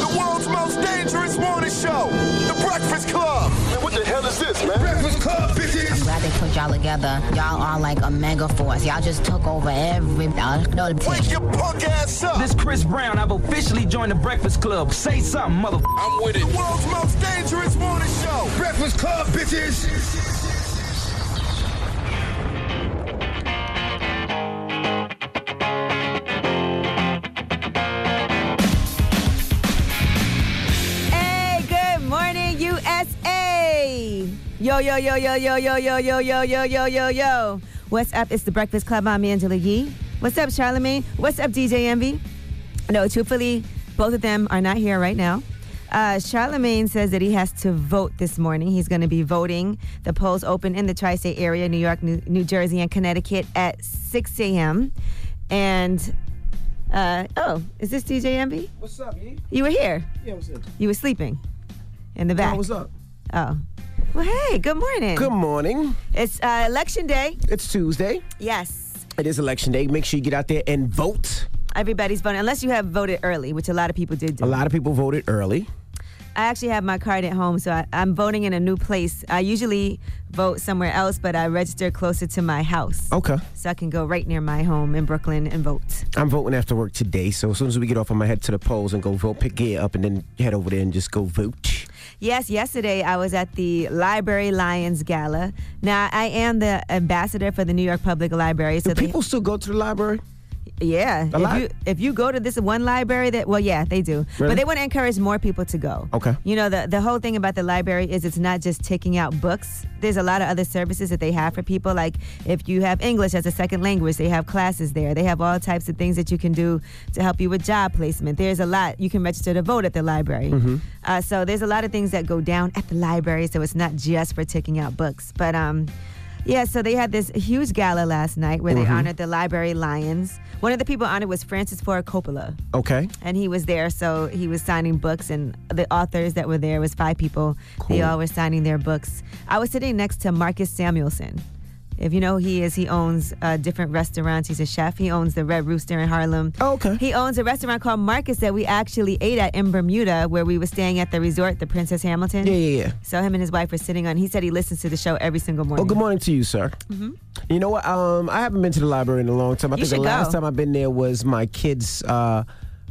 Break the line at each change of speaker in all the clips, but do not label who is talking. The world's most dangerous morning show, The Breakfast Club. Man, what the hell is this, man? Breakfast Club, bitches.
Glad they put y'all together. Y'all are like a mega force. Y'all just took over every.
Wake your punk ass up.
This Chris Brown, I've officially joined the Breakfast Club. Say something, mother.
I'm with it. The world's most dangerous morning show, Breakfast Club, bitches.
Hey, good morning, USA. Yo, yo, yo, yo, yo, yo, yo, yo, yo, yo, yo, yo, yo. What's up? It's the Breakfast Club. I'm Angela Yee. What's up, Charlemagne? What's up, DJ Envy? No, truthfully, both of them are not here right now. Uh, Charlemagne says that he has to vote this morning. He's going to be voting. The polls open in the tri state area, New York, New, New Jersey, and Connecticut at 6 a.m. And, uh, oh, is this DJ Envy?
What's up, Yee?
You were here.
Yeah, what's up?
You were sleeping in the back.
what's up?
Oh. Well, hey, good morning.
Good morning.
It's uh, election day.
It's Tuesday.
Yes.
It is election day. Make sure you get out there and vote.
Everybody's voting, unless you have voted early, which a lot of people did do.
A lot of people voted early.
I actually have my card at home, so I, I'm voting in a new place. I usually vote somewhere else, but I register closer to my house.
Okay.
So I can go right near my home in Brooklyn and vote.
I'm voting after work today, so as soon as we get off, I'm gonna head to the polls and go vote, pick gear up, and then head over there and just go vote.
Yes, yesterday I was at the Library Lions Gala. Now, I am the ambassador for the New York Public Library. So
Do
they-
people still go to the library?
Yeah,
A
if
lot.
you if you go to this one library that well yeah they do,
Really?
but they want to encourage more people to go.
Okay.
You know the the whole thing about the library is it's not just taking out books. There's a lot of other services that they have for people. Like if you have English as a second language, they have classes there. They have all types of things that you can do to help you with job placement. There's a lot you can register to vote at the library.
Mm-hmm.
Uh, so there's a lot of things that go down at the library. So it's not just for taking out books, but um. Yeah, so they had this huge gala last night where they honored the library lions. One of the people honored was Francis Ford Coppola,
Okay.
and he was there, so he was signing books, and the authors that were there was five people. They all were signing their books. I was sitting next to Marcus Samuelson. If you know who he is, he owns uh, different restaurants. He's a chef. He owns the Red Rooster in Harlem.
Oh, okay.
He owns a restaurant called Marcus that we actually ate at in Bermuda, where we were staying at the resort, the Princess Hamilton.
Yeah, yeah, yeah.
So him and his wife were sitting on. He said he listens to the show every single morning.
Well, good morning to you, sir. Mm-hmm. You know what? Um, I haven't been to the library in a long time. I
You
think the
should
last
go.
time I've been there was my kids uh,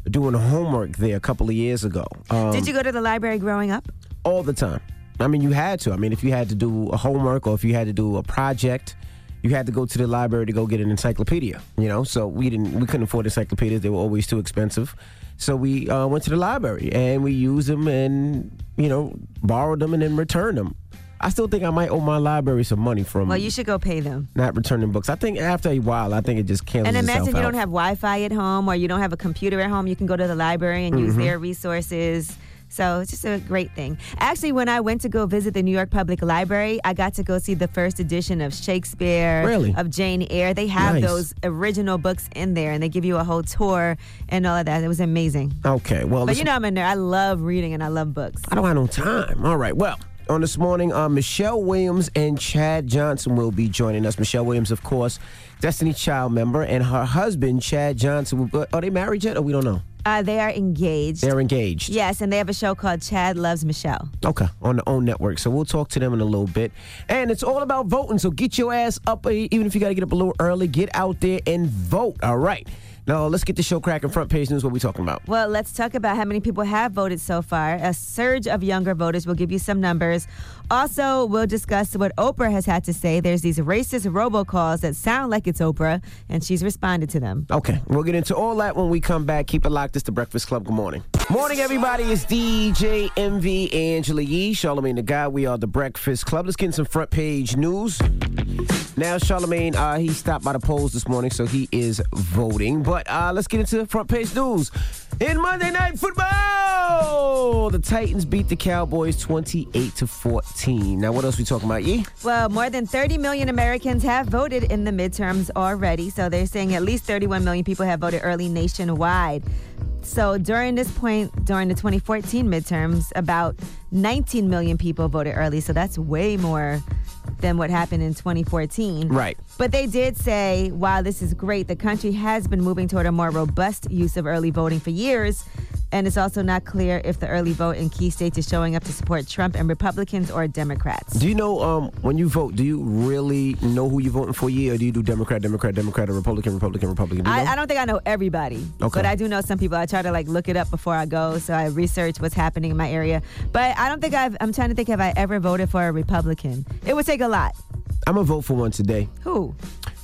doing homework there a couple of years ago. Um,
Did you go to the library growing up?
all the time. I mean, you had to. I mean, if you had to do a homework or if you had to do a project, you had to go to the library to go get an encyclopedia. You know, so we didn't, we couldn't afford encyclopedias; they were always too expensive. So we uh, went to the library and we used them and you know borrowed them and then returned them. I still think I might owe my library some money from
Well, you should go pay them.
not returning books. I think after a while, I think it just cancels
And imagine
itself
you
out.
don't have Wi Fi at home or you don't have a computer at home. You can go to the library and
Mm-hmm.
use their resources. So it's just a great thing. Actually, when I went to go visit the New York Public Library, I got to go see the first edition of Shakespeare,
Really?
of Jane Eyre. They have
Nice.
those original books in there and they give you a whole tour and all of that. It was amazing.
okay, well,
But
listen-
you know, I'm a nerd. I love reading and I love books.
I don't have no time. All right. Well, on this morning, uh, Michelle Williams and Chad Johnson will be joining us. Michelle Williams, of course, Destiny Child member, and her husband, Chad Johnson. will- uh, Are they married yet? Or we don't know.
Uh, they are engaged.
They're engaged.
yes, and they have a show called Chad Loves Michelle.
Okay, on the OWN network. So we'll talk to them in a little bit. And it's all about voting. So get your ass up, eh, even if you got to get up a little early, get out there and vote. All right. Now, let's get the show cracking. Front page news. What we talking about?
Well, let's talk about how many people have voted so far. A surge of younger voters. We'll give you some numbers. Also, we'll discuss what Oprah has had to say. There's these racist robocalls that sound like it's Oprah, and she's responded to them.
Okay, we'll get into all that when we come back. Keep it locked. It's the Breakfast Club. Good morning. Morning, everybody. It's DJ MV Angela Yee, Charlemagne the Guy. We are the Breakfast Club. Let's get in some front page news. Now, Charlemagne, uh, he stopped by the polls this morning, so he is voting. But uh, let's get into front page news. In Monday Night Football, the Titans beat the Cowboys 28 to 14. Now, what else we talking about, Yee?
Well, more than 30 million Americans have voted in the midterms already. So they're saying at least 31 million people have voted early nationwide. So during this point, during the 2014 midterms, about 19 million people voted early. So that's way more than what happened in 2014.
Right.
But they did say, while this is great, the country has been moving toward a more robust use of early voting for years. And it's also not clear if the early vote in key states is showing up to support Trump and Republicans or Democrats.
Do you know um, when you vote? Do you really know who you're voting for? Yeah, or do you do Democrat, Democrat, Democrat, or Republican, Republican, Republican? Do you know?
I, I don't think I know everybody,
Okay.
but I do know some people. I try to like look it up before I go, so I research what's happening in my area. But I don't think I've. I'm trying to think. Have I ever voted for a Republican? It would take a lot.
I'm gonna vote for one today.
Who?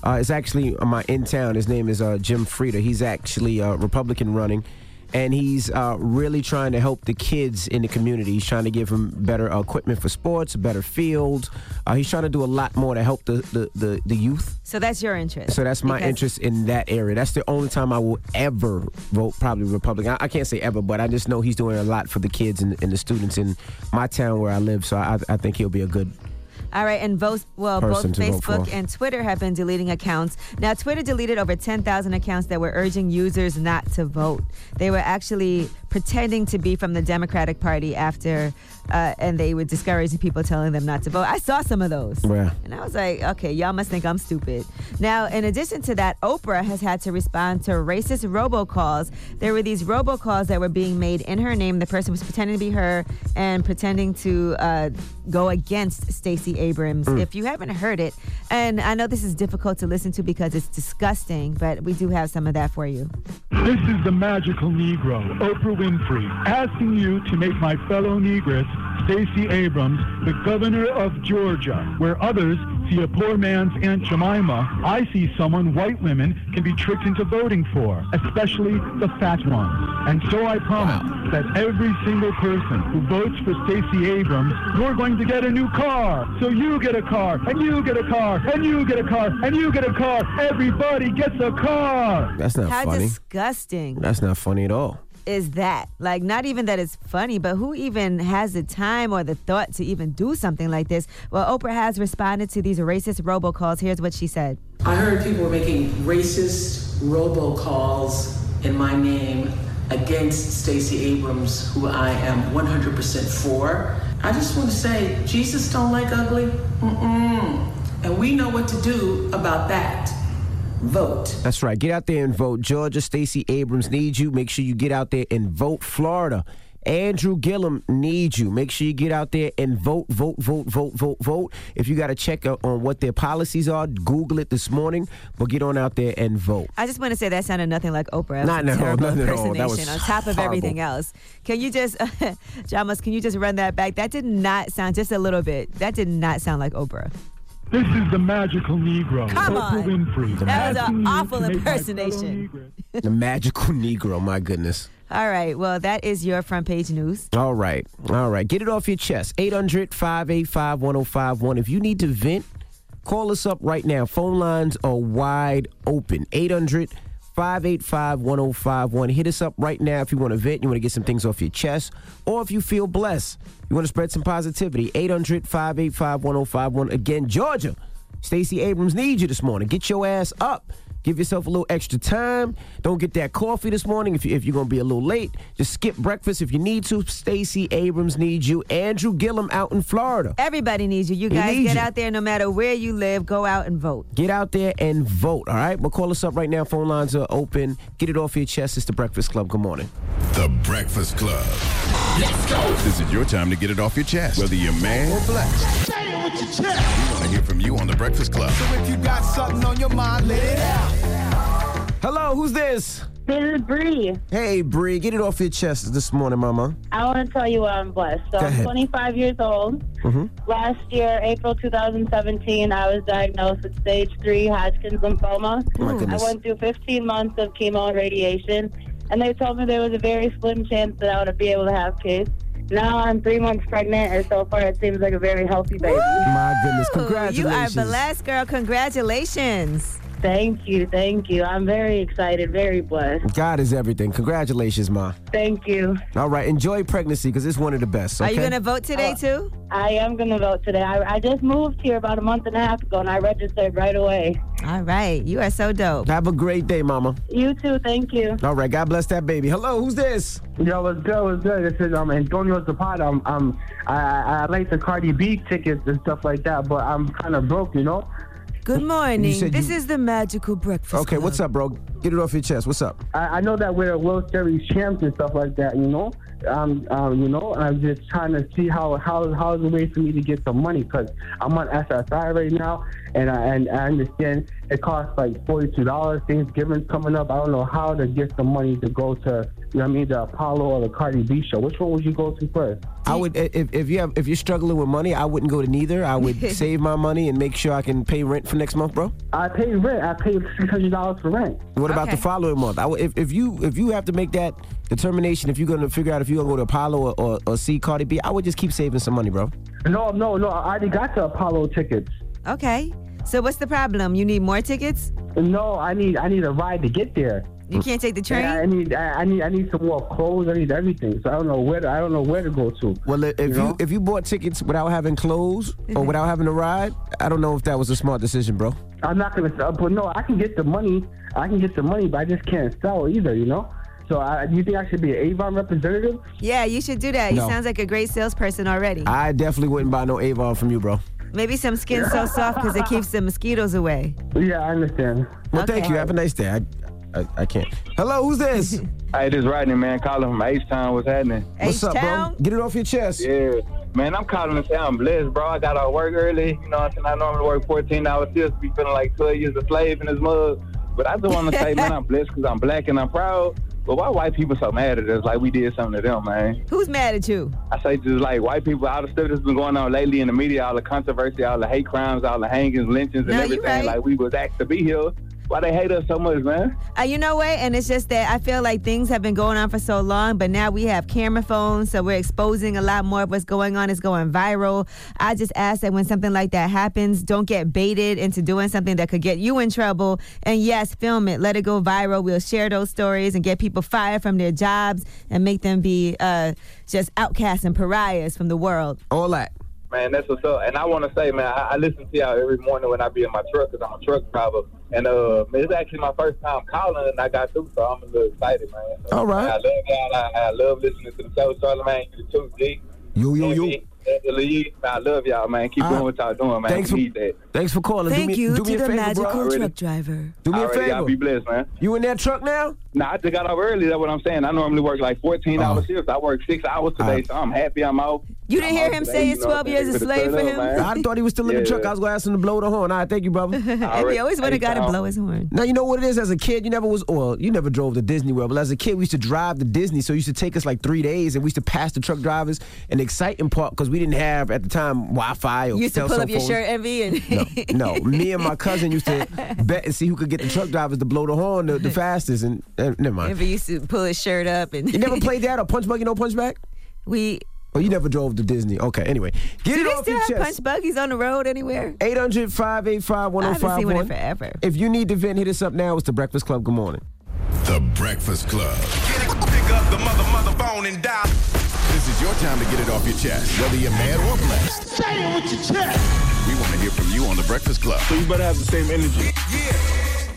Uh, it's actually uh, my in town. His name is uh, Jim Frieda. He's actually a Republican running, and he's uh, really trying to help the kids in the community. He's trying to give them better uh, equipment for sports, better fields. Uh, he's trying to do a lot more to help the, the, the, the youth.
So that's your interest.
So that's my
Because-
interest in that area. That's the only time I will ever vote probably Republican. I, I can't say ever, but I just know he's doing a lot for the kids and, and the students in my town where I live. So I, I think he'll be a good.
All right, and both well, both
Person to vote
Facebook
for.
and Twitter have been deleting accounts. Now, Twitter deleted over 10,000 accounts that were urging users not to vote. They were actually pretending to be from the Democratic Party after, uh, and they were discouraging people, telling them not to vote. I saw some of those.
Yeah.
And I was like, okay, y'all must think I'm stupid. Now, in addition to that, Oprah has had to respond to racist robocalls. There were these robocalls that were being made in her name. The person was pretending to be her and pretending to uh, go against Stacey Abrams.
Mm.
If you haven't heard it, and I know this is difficult to listen to because it's disgusting, but we do have some of that for you.
This is the magical Negro, Oprah Winfrey, asking you to make my fellow Negress, Stacey Abrams, the governor of Georgia. Where others see a poor man's Aunt Jemima, I see someone white women can be tricked into voting for, especially the fat ones. And so I promise that every single person who votes for Stacey Abrams, you're going to get a new car. So you get a car, and you get a car, and you get a car, and you get a car. Everybody gets a car.
That's not
How
funny.
disgusting.
That's not funny at all.
is that? Like, not even that it's funny, but who even has the time or the thought to even do something like this? Well, Oprah has responded to these racist robocalls. Here's what she said.
I heard people were making racist robocalls in my name against Stacey Abrams, who I am 100% for. I just want to say, Jesus don't like ugly. Mm-mm. And we know what to do about that. Vote.
That's right. Get out there and vote. Georgia, Stacey Abrams needs you. Make sure you get out there and vote. Florida, Andrew Gillum needs you. Make sure you get out there and vote, vote, vote, vote, vote, vote. If you got to check o- on what their policies are, Google it this morning. But get on out there and vote.
I just want to say that sounded nothing like Oprah. It was
Not
a
at all,
terrible
not at all. That was
impersonation on top of
horrible.
everything else. Can you just, Jamas, can you just run that back? That did not sound, just a little bit, that did not sound like Oprah.
This is the magical Negro,
Come
Oprah
on.
Winfrey.
That was an
asking you to
awful
make my fellow
impersonation.
Negress-
the magical Negro. My goodness.
All right, well, that is your front page news.
All right. All right. Get it off your chest. 800 585 1051. If you need to vent, call us up right now. Phone lines are wide open. 800 585 1051. Hit us up right now if you want to vent, you want to get some things off your chest, or if you feel blessed, you want to spread some positivity. 800 585 1051. Again, Georgia, Stacey Abrams needs you this morning. Get your ass up. Give yourself a little extra time. Don't get that coffee this morning if, you, if you're going to be a little late. Just skip breakfast if you need to. Stacey Abrams needs you. Andrew Gillum out in Florida.
Everybody needs you. You guys
need
get
you.
out there no matter where you live, go out and vote.
Get out there and vote, all right? But call us up right now. Phone lines are open. Get it off your chest. It's the Breakfast Club. Good morning.
The Breakfast Club. Let's go. This is your time to get it off your chest. Whether you're man or blessed. Say it with your chest. We want to hear from you on The Breakfast Club. So if you got something on your mind, let it out.
Hello, who's this?
This is Bree.
Hey, Bree, get it off your chest this morning, mama.
I want to tell you why I'm blessed. So
Go
I'm
ahead.
25 years old.
Mm-hmm.
Last year, April 2017, I was diagnosed with stage three Hodgkin's lymphoma.
Oh, my
I
goodness.
went through 15 months of chemo and radiation, and they told me there was a very slim chance that I would be able to have kids. Now I'm three months pregnant, and so far it seems like a very healthy baby.
My goodness.
Ooh,
Congratulations.
You are blessed, girl. Congratulations.
Thank you, thank you. I'm very excited, very blessed.
God is everything. Congratulations, Ma.
Thank you.
All right, enjoy pregnancy because it's one of the best. Okay?
Are you going to vote today, too?
Uh, I am going to vote today. I, I just moved here about a month and a half ago, and I registered right away.
All right. You are so dope.
Have a great day, Mama.
You too. Thank you.
All right, God bless that baby. Hello, who's this?
Yo, what's good? What's good? This is um Antonio Zapata. I'm, I'm I, I I like the Cardi B tickets and stuff like that, but I'm kind of broke, you know.
Good morning.
said
This
you-
is the Magical Breakfast
Okay, what's up, bro? Get it off your chest. What's up?
I, I know that we're World Series champs and stuff like that, you know. Um, um, you know, I'm just trying to see how how how's the way for me to get some money because I'm on SSI right now, and I and I understand it costs like forty two dollars. Thanksgiving's coming up. I don't know how to get some money to go to. You know what I mean? The Apollo or the Cardi B show. Which one would you go to first?
I would if, if you have if you're struggling with money, I wouldn't go to neither. I would save my money and make sure I can pay rent for next month, bro.
I pay rent. I pay six hundred dollars for rent.
What about the
Okay.
following month? I would- if, if you if you have to make that determination, if you're going to figure out if you're going to go to Apollo or, or, or see Cardi B, I would just keep saving some money, bro.
No, no, no. I already got the Apollo tickets.
Okay. So what's the problem? You need more tickets?
No, I need I need a ride to get there.
You can't take the train?
And I need I I need I need some more clothes. I need everything. So I don't know where to, I don't know where to go to.
Well, if you,
know? Mm-hmm.
if you bought tickets without having clothes or without having a ride, I don't know if that was a smart decision, bro.
I'm not gonna sell, but no, I can get the money. I can get the money, but I just can't sell either. You know. So I, do you think I should be an Avon representative?
Yeah, you should do that. You
No.
sounds like a great salesperson already.
I definitely wouldn't buy no Avon from you, bro.
Maybe some skin so soft because it keeps the mosquitoes away.
Yeah, I understand.
Well, thank
Okay.
you. Have a nice day. I, I, I can't. Hello, who's this?
Hey, this is Rodney, man. Calling from H Town. What's happening?
What's up, bro?
H-Town?
Get it off your chest.
Yeah. Man, I'm calling to say I'm blessed, bro. I got out of work early. You know what I'm saying? I normally work 14 hours shifts, be feeling like 12 years a slave in this mug. But I just want to say, man, I'm blessed because I'm black and I'm proud. But why white people so mad at us like we did something to them, man?
Who's mad at you?
I say just like white people, all the stuff that's been going on lately in the media, all the controversy, all the hate crimes, all the hangings, lynchings, and
No, you
everything.
right.
Like we was asked to be here. Why they hate us so much, man?
Uh, you know what? And it's just that I feel like things have been going on for so long, but now we have camera phones, so we're exposing a lot more of what's going on. It's going viral. I just ask that when something like that happens, don't get baited into doing something that could get you in trouble. And yes, film it, let it go viral. We'll share those stories and get people fired from their jobs and make them be uh, just outcasts and pariahs from the world.
All that.
Man, that's what's up. And I want to say, man, I, I listen to y'all every morning when I be in my truck 'cause I'm a truck driver. And uh, man, it's actually my first time calling, and I got through, so I'm a little excited, man. So,
All right.
I love y'all. I, I love listening to the show, Charlamagne, you the two G.
Yo, yo, yo.
Andy, Angela Yee. I love y'all, man. Keep
All
doing
right.
what y'all doing, man.
Thanks
we
for-
need that.
Thanks for calling.
Thank
do me,
you
do
to
me a
the
favor,
magical
bro.
truck driver.
Do me a
Alright, y'all
favor.
be blessed, man.
You in that truck now?
Nah, I just got off early. That's what I'm saying. I normally work like 14
Oh.
hour shifts. I work six hours today,
Alright.
so I'm happy I'm out.
You didn't
I'm
hear
out
him
today,
say
you
it's
know what
12
I'm
years
saying?
a slave
Turn
for
up,
him?
man.
I thought he was still in the
Yeah.
truck. I was gonna ask him to blow the horn. All right, thank you, brother.
And he always would have got to
H-Town.
blow his horn.
Now you know what it is. As a kid, you never was, or you never drove to Disney World. But as a kid, we used to drive to Disney, so it used to take us like three days, and we used to pass the truck drivers. And the exciting part, because we didn't have at the time Wi-Fi or
You used to
cell
pull
cell
up your
phones.
shirt, Envy, and
No, no. Me and my cousin used to bet and see who could get the truck drivers to blow the horn the, the fastest. And uh, never mind.
Envy used to pull his shirt up, and
You never played that or punch buggy, no punch back.
we.
Oh, you never drove to Disney. Okay, anyway, get
Do
it
they
off
still
your
have
chest.
punch buggies on the road anywhere?
800 585
I haven't seen one in
1051.
forever.
If you need to vent, hit us up now. It's the Breakfast Club. Good morning.
The Breakfast Club. Pick up the mother, mother phone and dial. This is your time to get it off your chest, whether you're mad or blessed. Say it with your chest. We want to hear from you on the Breakfast Club.
You better have the same energy.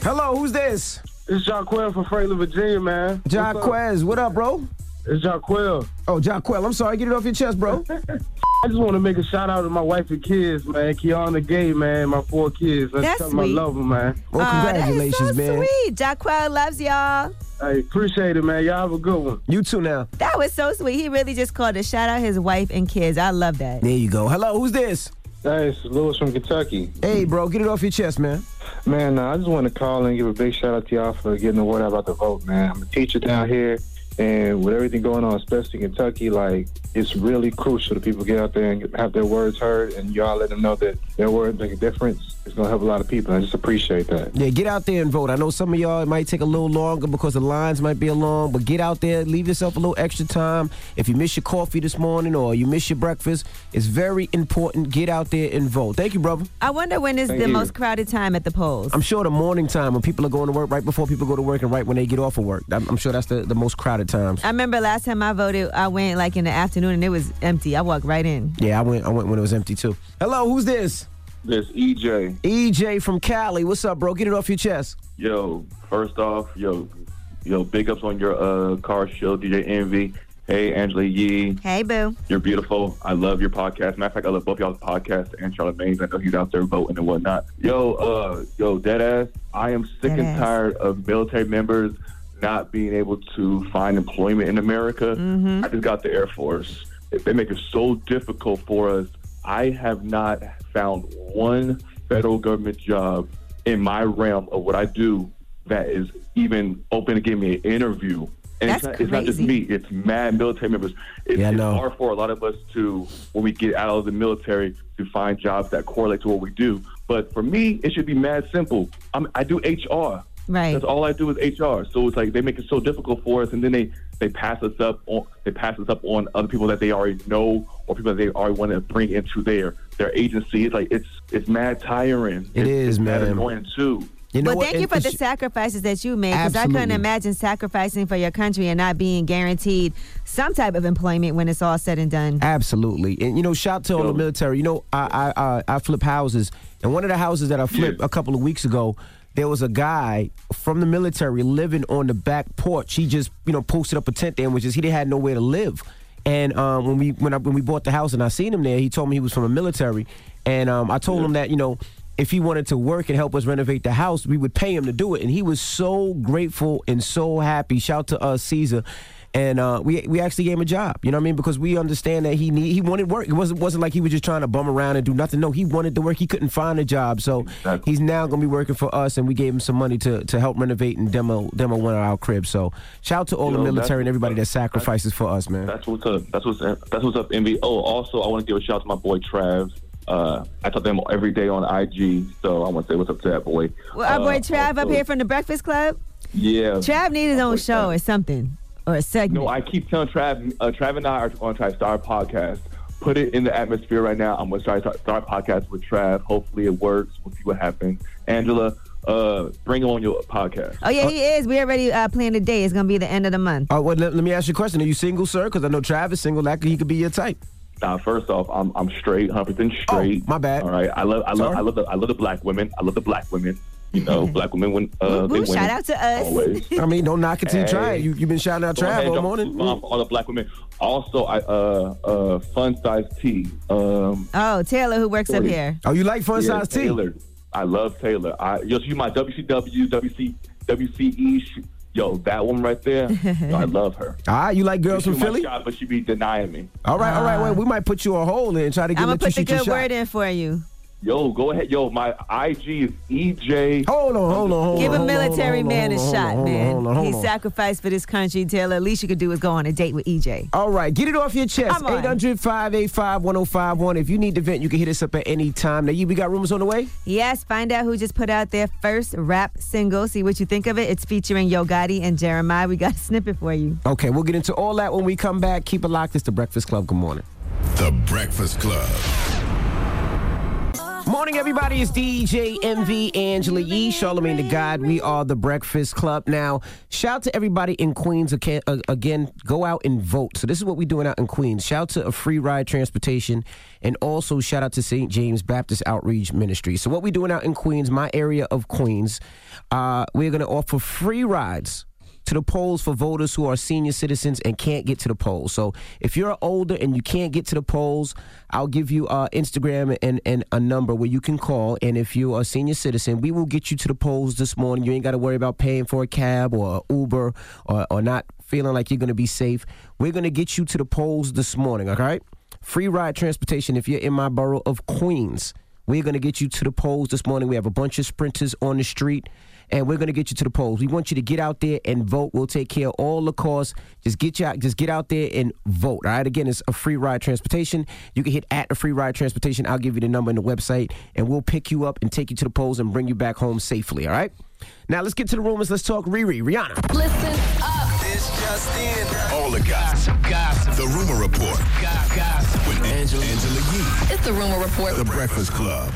Hello, who's this?
It's Jaquel from Franklin, Virginia, man.
Jaquez. What up, bro?
It's Jaquel.
Oh, Jaquez. I'm sorry. Get it off your chest, bro.
I just want to make a shout out to my wife and kids, man. Kiana Gay, man. My four kids. Let's
That's
tell them
sweet.
I love them, man.
Well,
Aw,
congratulations,
that is so
man.
sweet. Jacquel loves y'all.
I appreciate it, man. Y'all have a good one.
You too now.
That was so sweet. He really just called to shout out his wife and kids. I love that.
There you go. Hello, Uh, who's this?
Hey, it's Lewis from Kentucky.
Hey, bro, get it off your chest, man.
Man, uh, I just want to call and give a big shout out to y'all for getting the word out about the vote, man. I'm a teacher down here, and with everything going on, especially in Kentucky, like
it's really crucial that people get out there and have their words heard, and y'all let them know that their words make a difference. It's gonna help a lot of people. I just appreciate that.
Yeah, get out there and vote. I know some of y'all it might take a little longer because the lines might be long, but get out there, leave yourself a little extra time. If you miss your coffee this morning or you miss your breakfast, it's very important. Get out there and vote. Thank you, brother.
I wonder when is
Thank
the
you.
most crowded time at the polls.
I'm sure the morning time when people are going to work, right before people go to work, and right when they get off of work. I'm, I'm sure that's the, the most crowded times.
I remember last time I voted, I went like in the afternoon and it was empty. I walked right in.
Yeah, I went. I went when it was empty too. Hello, who's this?
This EJ.
EJ from Cali. What's up, bro? Get it off your chest.
Yo, first off, yo, yo, big ups on your uh, car show, DJ Envy. Hey, Angela Yee.
Hey, boo.
You're beautiful. I love your podcast. Matter of fact, I love both y'all's podcasts and Charlamagne's. I know he's out there voting and whatnot. Yo, uh, yo, deadass. I am sick and
Deadass.
tired of military members not being able to find employment in America. I just got the Air Force. They make it so difficult for us. I have not found one federal government job in my realm of what I do that is even open to give me an interview. And it's, not,
That's
it's not just
crazy.
me; it's mad military members. It's,
Yeah, I
it's
know.
hard for a lot of us to, when we get out of the military, to find jobs that correlate to what we do. But for me, it should be mad simple. I'm, I do HR.
Right.
That's all I do is HR. So it's like they make it so difficult for us, and then they they pass us up on they pass us up on other people that they already know or people that they already want to bring into their their agency. It's like it's it's mad tiring.
It
it's,
is,
it's mad
man.
annoying too.
You
well, thank you for the sacrifices that you made because I couldn't
Absolutely.
imagine sacrificing for your country and not being guaranteed some type of employment when it's all said and done.
Absolutely. And you know, shout to all the military. You know, I I, I I flip houses, and one of the houses that I flipped a couple of weeks ago, there was a guy from the military living on the back porch. He just you know posted up a tent there, and was just he didn't had nowhere to live. And um, when we when I, when we bought the house and I seen him there, he told me he was from the military, and um, I told him that you know if he wanted to work and help us renovate the house, we would pay him to do it. And he was so grateful and so happy. Shout to us, Caesar. And uh, we we actually gave him a job, you know what I mean? Because we understand that he need he wanted work. It wasn't wasn't like he was just trying to bum around and do nothing. No, he wanted to work. He couldn't find a job, so he's now gonna be working for us. And we gave him some money to, to help renovate and demo demo one of our cribs. So shout to all
Yo,
the
that's
military and everybody that sacrifices for us, man.
That's what's up. That's what's that's what's up, MV. Oh, also, I want to give a shout out to my boy Trav. Uh, I talk to him every day on IG, so I want to say what's up to that boy.
Well, our
Uh,
boy Trav up
also-
here from the Breakfast Club.
Yeah.
Trav needs his own show or something or a segment.
No, I keep telling Trav, uh, Trav and I are on Trav Star Podcast. Put it in the atmosphere right now. I'm going to start Star Podcast with Trav. Hopefully it works. We'll see what happens. Angela, uh, bring on your podcast.
oh yeah, he is. We already uh, planned a day. It's gonna be the end of the month.
Uh, well, let, let me ask you a question. Are you single, sir? Because I know Travis single. Like he could be your type.
Now, first off, I'm I'm straight, 100%
Oh,
straight.
my bad.
All right, I love I love I love the I love the black women. I love the black women. You know, black women when uh, they
Woo,
win.
Mm-hmm. shout out to us.
Always.
I mean, don't knock it till you try
Hey.
it. You, you've been shouting out
Go ahead,
Trav all
y'all.
morning.
Um, all the black women. Also, I uh uh fun size T. Um,
Oh, Taylor, who works up here.
Oh, you like fun
yeah,
size T?
Taylor. I love Taylor. I yo, she's my WCW, WC, WCE. She, E. yo, that one right there. yo, I love her.
All right, you like girls
She
from
shoot my
Philly?
shot, but she be denying me.
All right, all right. Wait, we might put you on hold and try to get
I'm
let
gonna
you
put the
shoot your
good
shot.
word in for you.
Yo, go ahead. Yo, my IG is E EJ.
Hold on, hold on, hold
Give a military man a shot,
hold
man.
on, hold
He
on.
sacrificed for this country, Taylor. At least you could do is go on a date with E EJ.
All right, get it off your chest.
Come on.
800 585 1051. If you need to vent, you can hit us up at any time. Now, you, we got rumors on the way?
Yes, find out who just put out their first rap single. See what you think of it. It's featuring Yo Gotti and Jeremiah. We got a snippet for you.
Okay, we'll get into all that when we come back. Keep it locked. It's the Breakfast Club. Good morning.
The Breakfast Club.
Morning, everybody. It's DJ MV, Angela Yee, Charlemagne the God. We are the Breakfast Club. Now, shout out to everybody in Queens again. uh, again, Go out and vote. So this is what we're doing out in Queens. Shout out to a free ride transportation, and also shout out to St. James Baptist Outreach Ministry. So what we're doing out in Queens, my area of Queens, uh, we're going to offer free rides to the polls for voters who are senior citizens and can't get to the polls. So if you're older and you can't get to the polls, I'll give you uh, Instagram and, and a number where you can call. And if you are a senior citizen, we will get you to the polls this morning. You ain't got to worry about paying for a cab or a Uber or, or not feeling like you're going to be safe. We're going to get you to the polls this morning, all right? Free ride transportation if you're in my borough of Queens. We're going to get you to the polls this morning. We have a bunch of sprinters on the street and we're going to get you to the polls. We want you to get out there and vote. We'll take care of all the costs. Just get you out, just get out there and vote. All right. Again, it's a free ride transportation. You can hit at the free ride transportation. I'll give you the number and the website, and we'll pick you up and take you to the polls and bring you back home safely. All right. Now let's get to the rumors. Let's talk Riri, Rihanna.
Listen up. This just in. All the gossip. Gossip. The rumor report. Gossip. With Angela, Angela Yee. It's the rumor report. The Breakfast Club.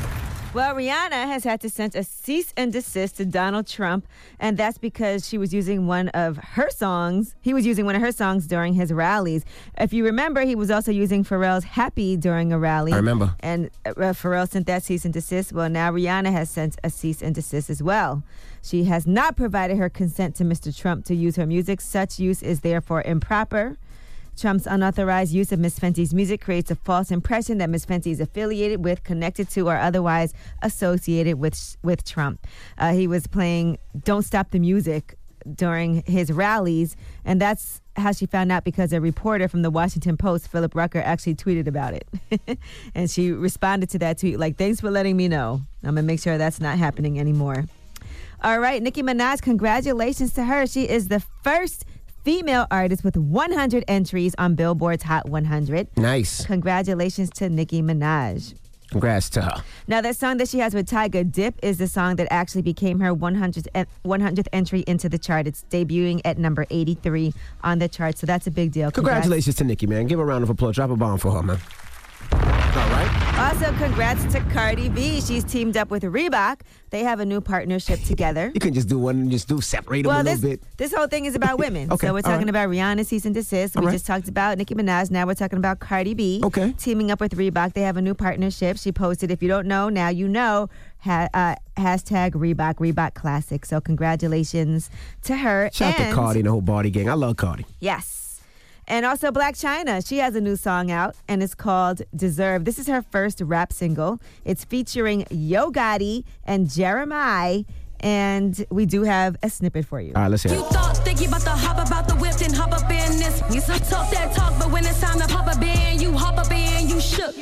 Well, Rihanna has had to send a cease and desist to Donald Trump, and that's because she was using one of her songs. He was using one of her songs during his rallies. If you remember, he was also using Pharrell's Happy during a rally.
I remember.
And uh, Pharrell sent that cease and desist. Well, now Rihanna has sent a cease and desist as well. She has not provided her consent to Mr. Trump to use her music. Such use is therefore improper. Trump's unauthorized use of Miss Fenty's music creates a false impression that Miss Fenty is affiliated with, connected to, or otherwise associated with with Trump. Uh, he was playing "Don't Stop the Music" during his rallies, and that's how she found out because a reporter from the Washington Post, Philip Rucker, actually tweeted about it, and she responded to that tweet like, "Thanks for letting me know. I'm gonna make sure that's not happening anymore." All right, Nicki Minaj, congratulations to her. She is the first female artist with 100 entries on Billboard's Hot 100.
Nice.
Congratulations to Nicki Minaj.
Congrats to her.
Now, that song that she has with Tyga Dip is the song that actually became her 100th, en- 100th entry into the chart. It's debuting at number 83 on the chart, so that's a big deal. Congrats.
Congratulations to Nikki, man. Give her a round of applause. Drop a bomb for her, man.
Also, congrats to Cardi B. She's teamed up with Reebok. They have a new partnership together.
You can just do one and just do separate them
well,
a
this,
little bit.
this whole thing is about women.
Okay,
So we're
all
talking about Rihanna's cease and desist. We
All right.
just talked about Nicki Minaj. Now we're talking about Cardi B.
Okay.
Teaming up with Reebok. They have a new partnership. She posted, if you don't know, now you know. Ha- uh, hashtag Reebok, Reebok Classic. So congratulations to her.
Shout out
and
to Cardi and the whole Barty gang. I love Cardi.
Yes. And also Black China. She has a new song out and it's called Deserve. This is her first rap single. It's featuring Yo Gotti and Jeremiah. And we do have a snippet for you.
All right, let's hear
You
it.
thought thinking about the hop about the whip, then hop up in this. You some talk that talk, but when it's time to pop up in, you hop up in, you shook.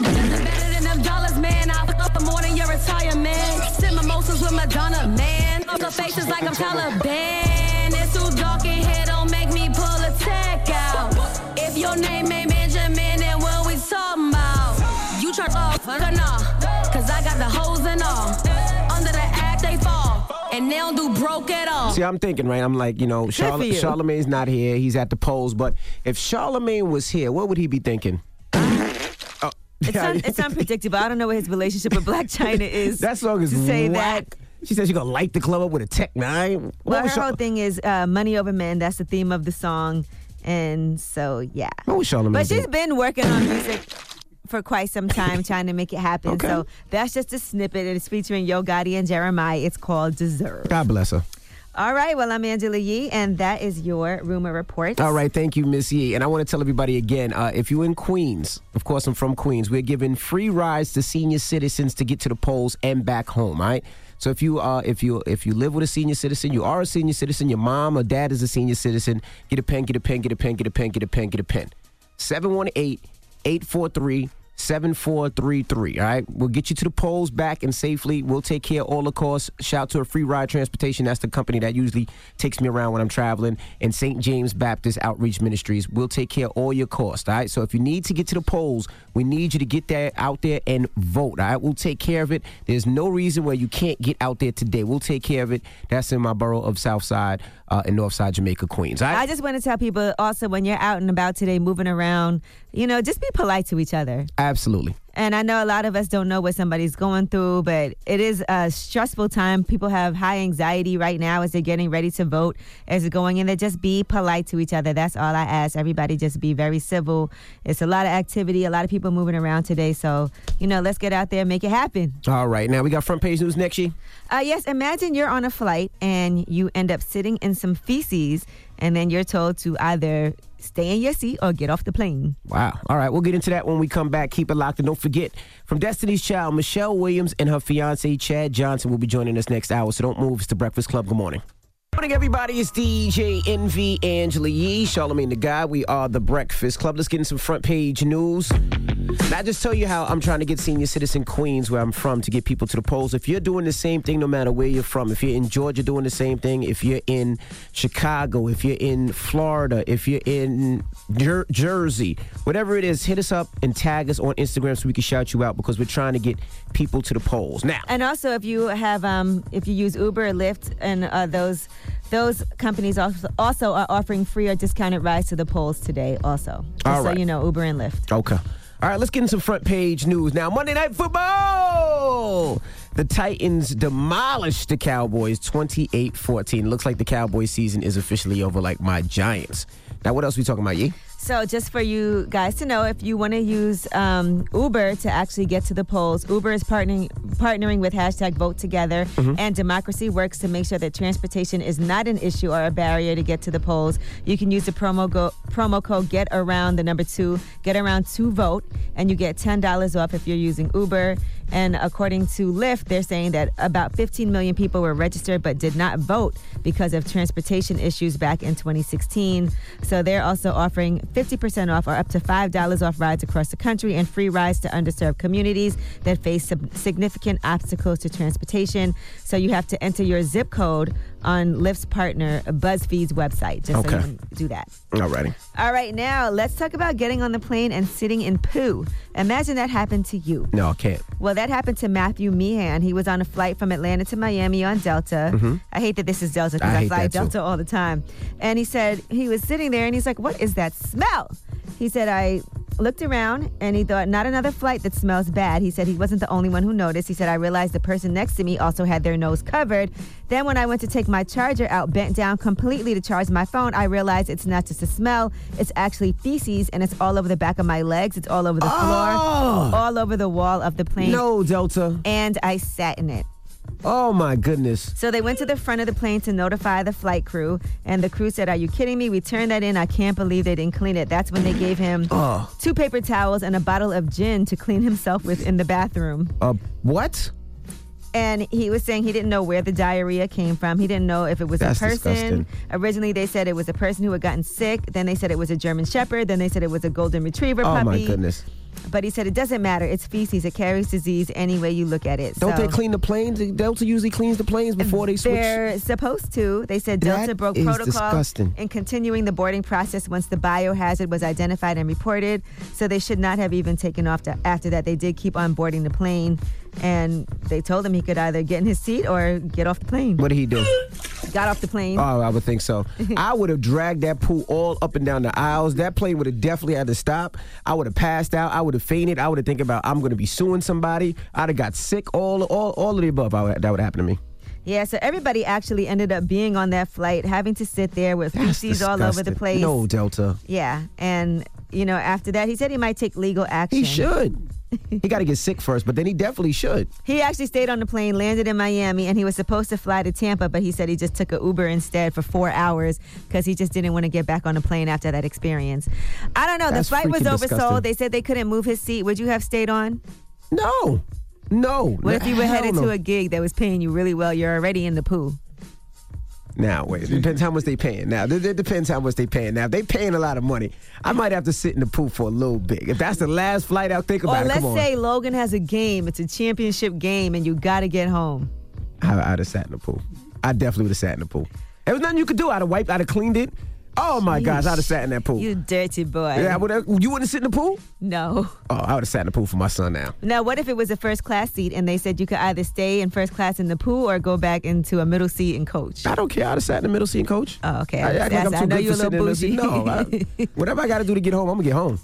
Nothing better than them dollars, man. I fuck up more than your retirement. Send mimosas with Madonna, man. Up the faces like I'm Taliban. It's too dark in here, don't make me pull a tech out. If your name ain't Benjamin, then what we talking about? You try to off, or nah? Cause I got the hoes and all. Under the act, they fall. And they don't do broke at all.
See, I'm thinking, right? I'm like, you know, Charla-
for you.
Charlemagne's not here. He's at the polls. But if Charlemagne was here, what would he be thinking? Oh,
It's, un- it's unpredictable. I don't know what his relationship with Black China is.
that song is
to say
whack.
that.
She said she's gonna light the club up with a tech nine. What
Well, her
was Char-
whole thing is uh, money over men. That's the theme of the song, and so yeah.
What was Charlamagne
But she's
doing?
been working on music for quite some time, trying to make it happen.
Okay.
So that's just a snippet. It's featuring Yo Gotti and Jeremiah. It's called Deserve.
God bless her.
All right. Well, I'm Angela Yee, and that is your rumor report.
All right, thank you, Miss Yee. And I want to tell everybody again uh, if you're in Queens, of course, I'm from Queens, we're giving free rides to senior citizens to get to the polls and back home, all right? So if you uh, if you if you live with a senior citizen, you are a senior citizen, your mom or dad is a senior citizen, get a pen, get a pen, get a pen, get a pen, get a pen, get a pen. 718-843-7433. All right. We'll get you to the polls back and safely. We'll take care of all the costs. Shout out to a free ride transportation. That's the company that usually takes me around when I'm traveling. And St. James Baptist Outreach Ministries. We'll take care of all your costs. All right. So if you need to get to the polls, we need you to get that out there and vote. All right. We'll take care of it. There's no reason why you can't get out there today. We'll take care of it. That's in my borough of Southside uh, and Northside Jamaica, Queens. All right.
I just want to tell people also when you're out and about today, moving around, you know, just be polite to each other.
Absolutely.
And I know a lot of us don't know what somebody's going through, but it is a stressful time. People have high anxiety right now as they're getting ready to vote, as they're going in there. Just be polite to each other. That's all I ask. Everybody just be very civil. It's a lot of activity, a lot of people moving around today. So, you know, let's get out there and make it happen.
All right. Now we got front page news next year.
Uh, yes, imagine you're on a flight and you end up sitting in some feces, and then you're told to either stay in your seat or get off the plane.
Wow. All right, we'll get into that when we come back. Keep it locked and don't forget from Destiny's Child, Michelle Williams and her fiance Chad Johnson will be joining us next hour. So don't move. It's the Breakfast Club. Good morning. Morning, everybody. It's DJ NV Angela Yee, Charlemagne the Guy. We are the Breakfast Club. Let's get in some front page news. And I just tell you how I'm trying to get senior citizen Queens, where I'm from, to get people to the polls. If you're doing the same thing, no matter where you're from, if you're in Georgia doing the same thing, if you're in Chicago, if you're in Florida, if you're in Jer- Jersey, whatever it is, hit us up and tag us on Instagram so we can shout you out because we're trying to get people to the polls. Now,
And also, if you have, um, if you use Uber, Lyft, and uh, those those companies also, also are offering free or discounted rides to the polls today. Also, Just
All
so
right.
you know, Uber and Lyft.
Okay. All right, let's get into some front page news now. Monday Night Football! The Titans demolished the Cowboys 28 14. Looks like the Cowboys season is officially over, like my Giants. Now, what else we talking about, Yee?
So, just for you guys to know, if you want to use um, Uber to actually get to the polls, Uber is partnering partnering with hashtag Vote Together
Mhm.
and Democracy Works to make sure that transportation is not an issue or a barrier to get to the polls. You can use the promo go, promo code Get Around the number two Get Around to Vote, and you get ten dollars off if you're using Uber. And according to Lyft, they're saying that about 15 million people were registered but did not vote because of transportation issues back in 2016. So they're also offering 50% off or up to $5 off rides across the country and free rides to underserved communities that face sub- significant obstacles to transportation. So you have to enter your zip code on Lyft's partner, BuzzFeed's website, just so
Okay.
you can do that.
All righty.
All right, now let's talk about getting on the plane and sitting in poo. Imagine that happened to you.
No, I can't.
Well, that happened to Matthew Meehan. He was on a flight from Atlanta to Miami on Delta.
Mhm.
I hate that this is Delta
I
because I,
hate
fly
that, too.
Delta all the time. And he said he was sitting there and he's like, "What is that smell?" He said, "I looked around and he thought not another flight that smells bad." He said he wasn't the only one who noticed. He said, "I realized the person next to me also had their nose covered." Then when I went to take my charger out, bent down completely to charge my phone, I realized it's not just a smell; it's actually feces, and it's all over the back of my legs. It's all over the
Oh.
floor, all over the wall of the plane.
No, Delta.
And I sat in it.
Oh, my goodness.
So they went to the front of the plane to notify the flight crew, and the crew said, "Are you kidding me? We turned that in. I can't believe they didn't clean it." That's when they gave him
Oh.
two paper towels and a bottle of gin to clean himself with in the bathroom.
Uh, what?
And he was saying he didn't know where the diarrhea came from. He didn't know if it was
That's
a person.
disgusting.
Originally, they said it was a person who had gotten sick. Then they said it was a German Shepherd. Then they said it was a Golden Retriever
Oh,
puppy.
my goodness.
But he said it doesn't matter. It's feces. It carries disease any way you look at it.
Don't
So-
they clean the planes? Delta usually cleans the planes before they switch.
They're supposed to. They said
That
Delta broke
is
protocol
disgusting.
in continuing the boarding process once the biohazard was identified and reported. So they should not have even taken off to, after that. They did keep on boarding the plane, and they told him he could either get in his seat or get off the plane.
What did he do?
Got off the plane.
Oh, I would think so. I would have dragged that pool all up and down the aisles. That plane would have definitely had to stop. I would have passed out. I would have fainted. I would have think about I'm going to be suing somebody. I'd have got sick. All, all, all of the above. I would, that would happen to me.
Yeah, so everybody actually ended up being on that flight, having to sit there with feces all over the
Disgusting.
place.
No Delta.
Yeah, and you know, after that, he said he might take legal action.
He should. he got to get sick first, but then he definitely should.
He actually stayed on the plane, landed in Miami, and he was supposed to fly to Tampa, but he said he just took a Uber instead for four hours because he just didn't want to get back on the plane after that experience. I don't know.
That's
the flight was
freaking
oversold.
disgusting.
They said they couldn't move his seat. Would you have stayed on?
No, no.
What if you were
Hell
headed
no.
to a gig that was paying you really well? You're already in the poo.
Now, wait. It depends how much they paying. Now, it, it depends how much they paying. Now, if they paying a lot of money, I might have to sit in the pool for a little bit. If that's the last flight out, think
Or
about it.
let's
Come on.
say Logan has a game. It's a championship game, and you got to get home.
I, I'd have sat in the pool. I definitely would have sat in the pool. There was nothing you could do. I'd have wiped. I'd have cleaned it. Oh my gosh, I'd have sat in that pool.
You dirty boy.
yeah, I would've- you wouldn't sit in the pool?
no.
Oh, I would have sat in the pool for my son now.
Now, what if it was a first class seat and they said you could either stay in first class in the pool or go back into a middle seat and coach?
I don't care. I'd have sat in the middle seat and coach.
Oh, okay.
I, act like I'm
That's-
too
I know
good
you're
for
a little
sitting in the middle seat. No,
bougie.
I- whatever I got to do to get home, I'm gonna get home.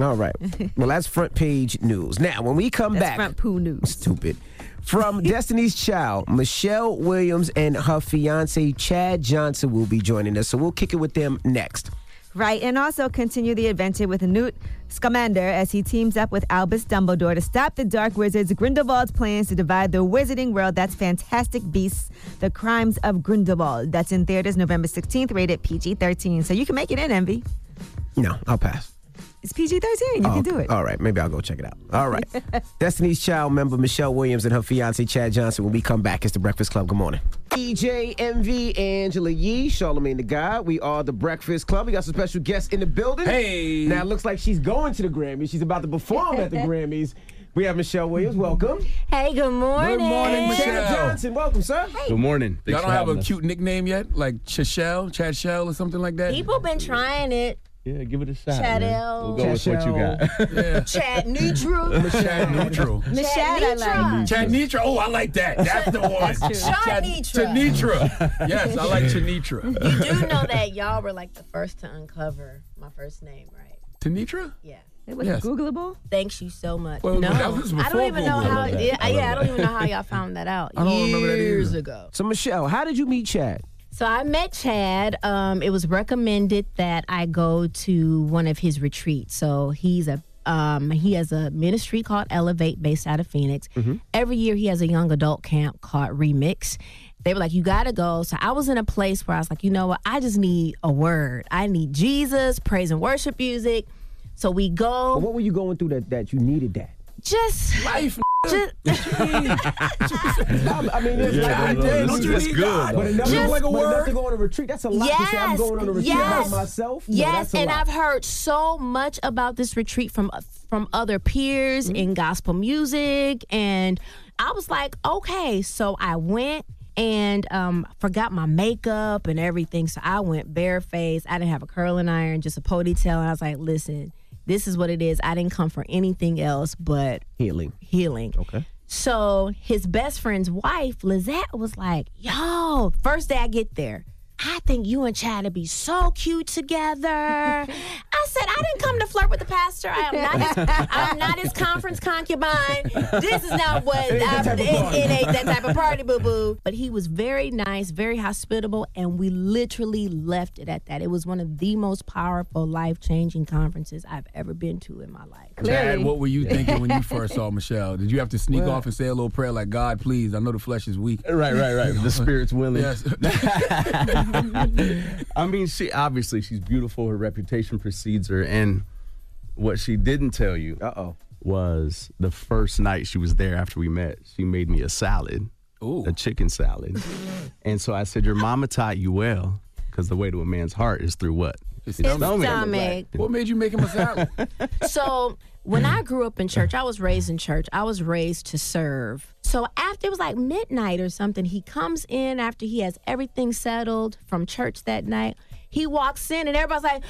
All right. Well, that's front page news. Now, when we come
That's
back,
front poo news.
stupid. From Destiny's Child, Michelle Williams and her fiance Chad Johnson will be joining us, so we'll kick it with them next.
Right, and also continue the adventure with Newt Scamander as he teams up with Albus Dumbledore to stop the Dark Wizard's Grindelwald's plans to divide the wizarding world. That's Fantastic Beasts, The Crimes of Grindelwald. That's in theaters November 16th, rated PG 13. So you can make it in, Envy.
No, I'll pass.
It's PG 13. You
Oh,
can do it.
All right, maybe I'll go check it out. All right. Destiny's Child member Michelle Williams and her fiance Chad Johnson. When we come back, it's the Breakfast Club. Good morning. DJ MV Angela Yee, Charlemagne the God. We are the Breakfast Club. We got some special guests in the building. Hey. Now it looks like she's going to the Grammys. She's about to perform at the Grammys. We have Michelle Williams. Welcome.
Hey, good morning.
Good morning, Chad
Michelle.
Johnson. Welcome, sir.
Good morning.
Thanks
Y'all
for
don't have
having
a
us.
cute nickname yet, like Chashelle, Chadshell, or something like that.
People been trying it.
Yeah, give it a shot.
man. Chadell. We'll go with what you
got.
Chad Neutral.
Chad Neutral.
Chad Neutral.
Chad Nitra. Oh, I like that. That's the one.
That's true. Chad Nitra.
Nitra. Yes, I like Tanitra.
You do know that y'all were like the first to uncover my first name, right?
Tanitra?
Yeah.
It was Yes.
Googleable?
Thanks you so much.
Well,
no.
that was
I
before
don't even know
Google. I
how
love that.
yeah,
I love
yeah, I don't
that.
even know how y'all found that out.
I don't remember that
Years
either.
ago.
So, Michelle, how did you meet Chad?
So I met Chad. Um, it was recommended that I go to one of his retreats. So he's a um, he has a ministry called Elevate based out of Phoenix.
Mm-hmm.
Every year he has a young adult camp called Remix. They were like, you gotta go. So I was in a place where I was like, you know what? I just need a word. I need Jesus, praise and worship music. So we go.
What were you going through that, that you needed that?
Just life. Just,
I mean, it's
Yeah,
like,
no, no, this is- that's good, though.
But enough,
Just-
like a
but enough
word.
to
to go on a retreat. That's a lot to say. I'm going on a retreat
yes,
by myself.
Yes, and I've heard so much about this retreat from from other peers
Mm-hmm.
in gospel music, and I was like, okay, so I went and um, forgot my makeup and everything, so I went barefaced. I didn't have a curling iron, just a ponytail. And I was like, listen, this is what it is. I didn't come for anything else but
healing.
Healing.
Okay.
So his best friend's wife, Lizette, was like, yo, first day I get there, I think you and Chad would be so cute together. I said, I didn't come to flirt with the pastor. I am not his, I'm not his conference concubine. This is not what
It ain't that
I,
type
it,
of party.
it ain't that type of party, boo boo. But he was very nice, very hospitable, and we literally left it at that. It was one of the most powerful, life changing conferences I've ever been to in my life.
Chad, what were you thinking when you first saw Michelle? Did you have to sneak off and say a little prayer like, God, please, I know the flesh is weak.
Right, right, right. The spirit's willing.
Yes.
I mean, she obviously she's beautiful. Her reputation precedes her, and what she didn't tell you, uh oh, was the first night she was there after we met. She made me a salad, a chicken salad, and so I said, "Your mama taught you well, because the way to a man's heart is through what." His
stomach.
What made you make him a salad?
so when I grew up in church, I was raised in church. I was raised to serve. So after it was like midnight or something, he comes in after he has everything settled from church that night. He walks in and everybody's like,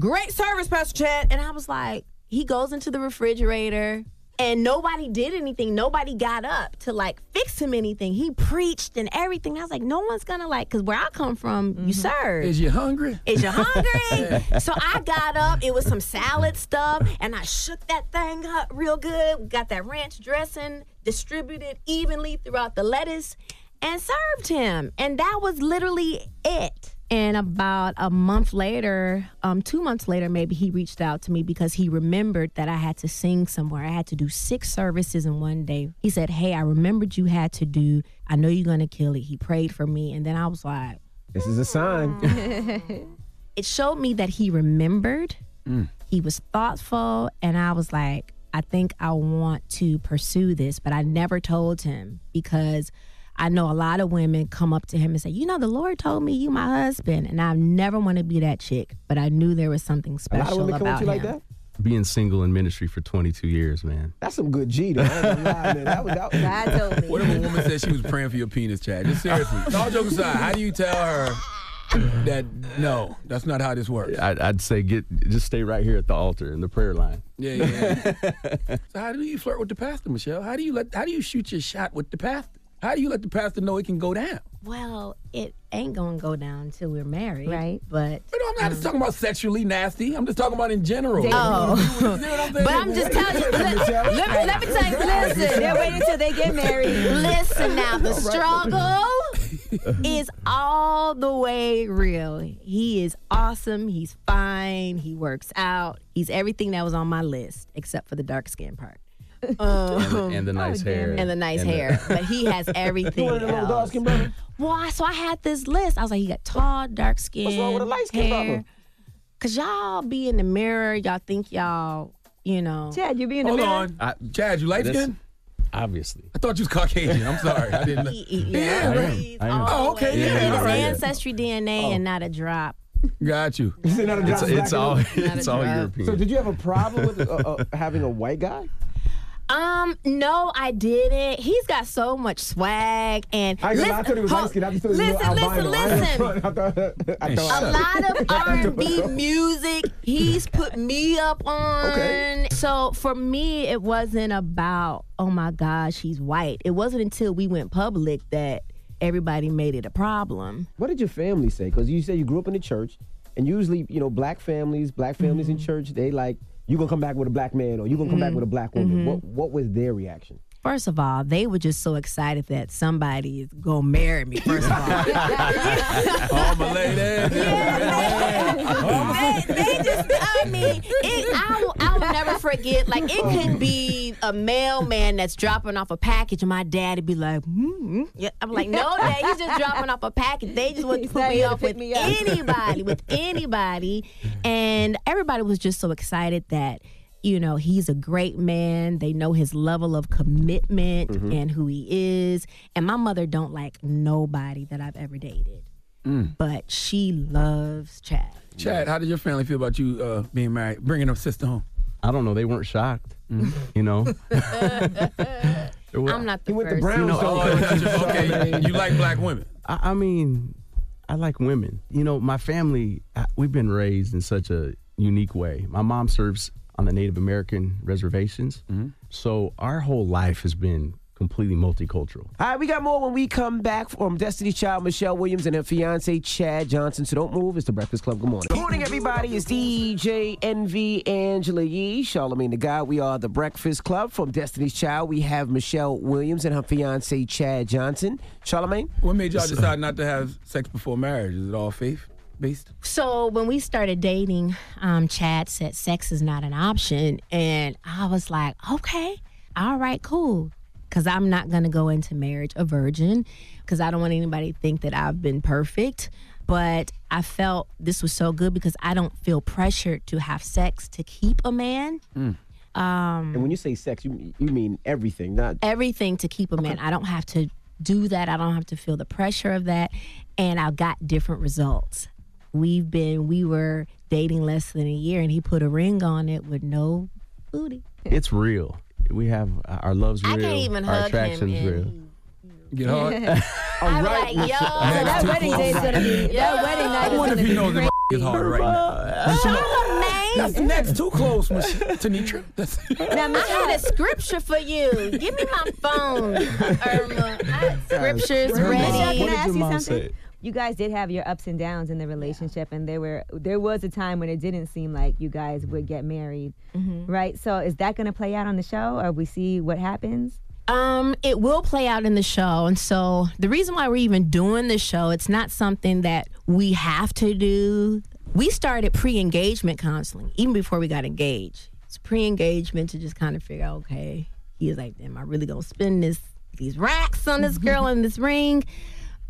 "Great service, Pastor Chad." And I was like, he goes into the refrigerator and nobody did anything. Nobody got up to like fix him anything. He preached and everything. I was like, no one's gonna like, cause where I come from, you serve.
Mm-hmm. Is you hungry?
Is you hungry? so I got up. It was some salad stuff, and I shook that thing up real good. We got that ranch dressing distributed evenly throughout the lettuce, and served him. And that was literally it. And about a month later, um, two months later, maybe he reached out to me because he remembered that I had to sing somewhere. I had to do six services in one day. He said, "Hey, I remembered you had to do. I know you're gonna kill it." He prayed for me, and then I was like
This is a sign.
it showed me that he remembered,
Mm.
he was thoughtful, and I was like, I think I want to pursue this, but I never told him because I know a lot of women come up to him and say, You know, the Lord told me you my husband, and I never want to be that chick, but I knew there was something
A lot of
special
women come
about
at you like
him.
that.
Being single in ministry for 22 years, man.
That's some good G, though. I ain't gonna lie, man. That was, that was,
What if a woman said she was praying for your penis, Chad? Just seriously. All jokes aside, how do you tell her that no, that's not how this works?
I'd, I'd say get just stay right here at the altar in the prayer line.
Yeah, yeah. yeah. so how do you flirt with the pastor, Michelle? How do you let? How do you shoot your shot with the pastor? How do you let the pastor know it can go down?
Well, it ain't going to go down until we're married. Right. But um,
But I'm not just talking about sexually nasty. I'm just talking about in general.
Oh.
saying?
but I'm just telling you. Let, let, me- let me tell you. Listen,
They're waiting till they get married.
Listen now, the
All right.
struggle is all the way real. He is awesome. He's fine. He works out. He's everything that was on my list except for the dark skin part. Um,
and the nice hair.
And the nice hair. but he has everything.
You wanted a little
else.
dark-skinned brother?
Well, I- so I had this list. I was like, he got tall, dark skin.
What's wrong with a light-skinned
hair.
brother?
Cause y'all be in the mirror, y'all think y'all, you know.
Chad, you be
Hold on. Chad, you light skin?
Obviously.
I thought you was Caucasian. I'm sorry. I didn't know.
Yeah,
right. Oh, okay. Yeah,
It's
all right.
ancestry DNA
Oh.
and not a drop.
Got you.
not a
It's,
drop
it's
back
all
in?
it's all
So
European.
did you have a problem with uh, uh, having a white guy?
Um, no, I didn't. He's got so much swag and
I, ain't gonna lie, I
Listen-
thought he was
hold-
light skinned. I just thought he was
listen,
albino.
listen,
I ain't
listen.
front. I thought, I thought,
a lot of R&B music he's put me up on. So for me, it wasn't about oh my gosh, he's white. It wasn't until we went public that everybody made it a problem.
What did your family say? Because you said you grew up in the church, and usually, you know, black families, black families
Mm-hmm.
in church, they like you gonna come back with a black man or you gonna come back
Mhm.
with a black woman.
Mm-hmm.
Mhm.
What what was their reaction?
First of all, they were just so excited that somebody is gonna marry me. First of all,
Oh, my lady.
they, they just, I mean, it, I, will, I will never forget. Like, it could be a mailman that's dropping off a package, and my daddy be like, hmm. Yeah, I'm like, no, dad, he's just dropping off a package. They just want to put me off with anybody, with anybody. And everybody was just so excited that. You know, he's a great man. They know his level of commitment
Mhm.
and who he is. And my mother don't like nobody that I've ever dated but she loves Chad.
Mm. Chad, how did your family feel about you uh, being married, bringing a sister home? Mm.
I don't know. They weren't shocked. You know.
Oh. I'm not the first.
okay, oh, you like black women.
I, I mean, I like women. You know, my family, I, we've been raised in such a unique way. My mom serves on the Native American reservations.
Mm-hmm.
So our whole life has been completely multicultural.
All right, we got more when we come back from Destiny's Child, Michelle Williams, and her fiance Chad Johnson. So don't move. It's the Breakfast Club. Good morning. Good morning, everybody. It's DJ NV Angela Yee, Charlemagne the Guy. We are the Breakfast Club from Destiny's Child. We have Michelle Williams and her fiance Chad Johnson. Charlemagne,
What made y'all decide not to have sex before marriage? Is it all faith based?
So when we started dating, um, Chad said sex is not an option, and I was like, okay, all right, cool. Cause I'm not gonna go into marriage a virgin, cause I don't want anybody to think that I've been perfect. But I felt this was so good because I don't feel pressured to have sex to keep a man. Um,
Mm. and when you say sex, you you mean everything, not
everything to keep them in. I don't have to do that. I don't have to feel the pressure of that. And I got different results. We've been, we were dating less than a year, and he put a ring on it with no booty.
It's real. We have uh, our love's real.
I can't even
our
hug him
attraction's
and
real.
Get
hard? I'm
right,
like, yo,
Michelle.
that wedding day's gonna be- that wedding night
I
is
wonder if
gonna
he
be
knows that is hard right now. That's, that's too close, Miss Tanitra. That's,
I
Ah.
had a scripture for you. Give me my phone, Irma. I had scriptures
Michelle,
ready.
Can I ask you something? You guys did have your ups and downs in the relationship, and there were there was a time when it didn't seem like you guys would get married, right? So is that going to play out on the show, or we see what happens?
Um, it will play out in the show, and so the reason why we're even doing the show, it's not something that we have to do. We started pre-engagement counseling even before we got engaged. It's pre-engagement to just kind of figure out, okay, he is like, am I really gonna spend this these racks on this girl and this ring?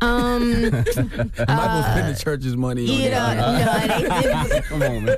Um,
Am I going to spend the church's money on
you
that? Come on, man.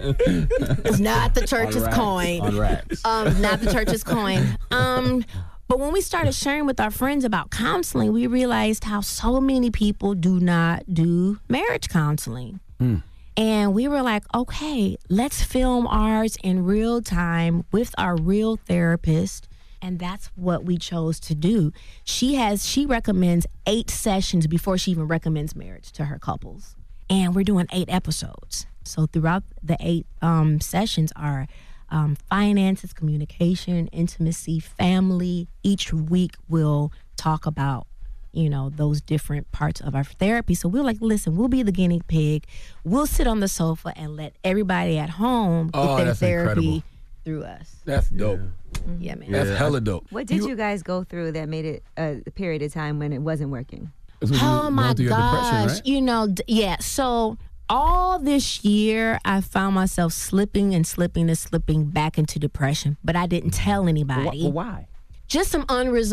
It's not the
On
church's
racks,
coin.
on racks.
Um, not the church's coin. Um, but when we started sharing with our friends about counseling, we realized how so many people do not do marriage counseling.
Hmm.
And we were like, okay, let's film ours in real time with our real therapist. And that's what we chose to do. She has, she recommends eight sessions before she even recommends marriage to her couples. And we're doing eight episodes. So throughout the eight um, sessions are um, finances, communication, intimacy, family. Each week we'll talk about you know those different parts of our therapy so we're like listen we'll be the guinea pig we'll sit on the sofa and let everybody at home get
Oh,
their
that's
therapy
incredible.
through us
That's dope.
Mm-hmm. yeah man
That's hella dope.
What did you, guys go through that made it a period of time when it wasn't working?
Oh my gosh. You know, d- yeah. So all this year, I found myself slipping and slipping and slipping back into depression, but I didn't
Mm.
tell anybody.
well, why?
Just some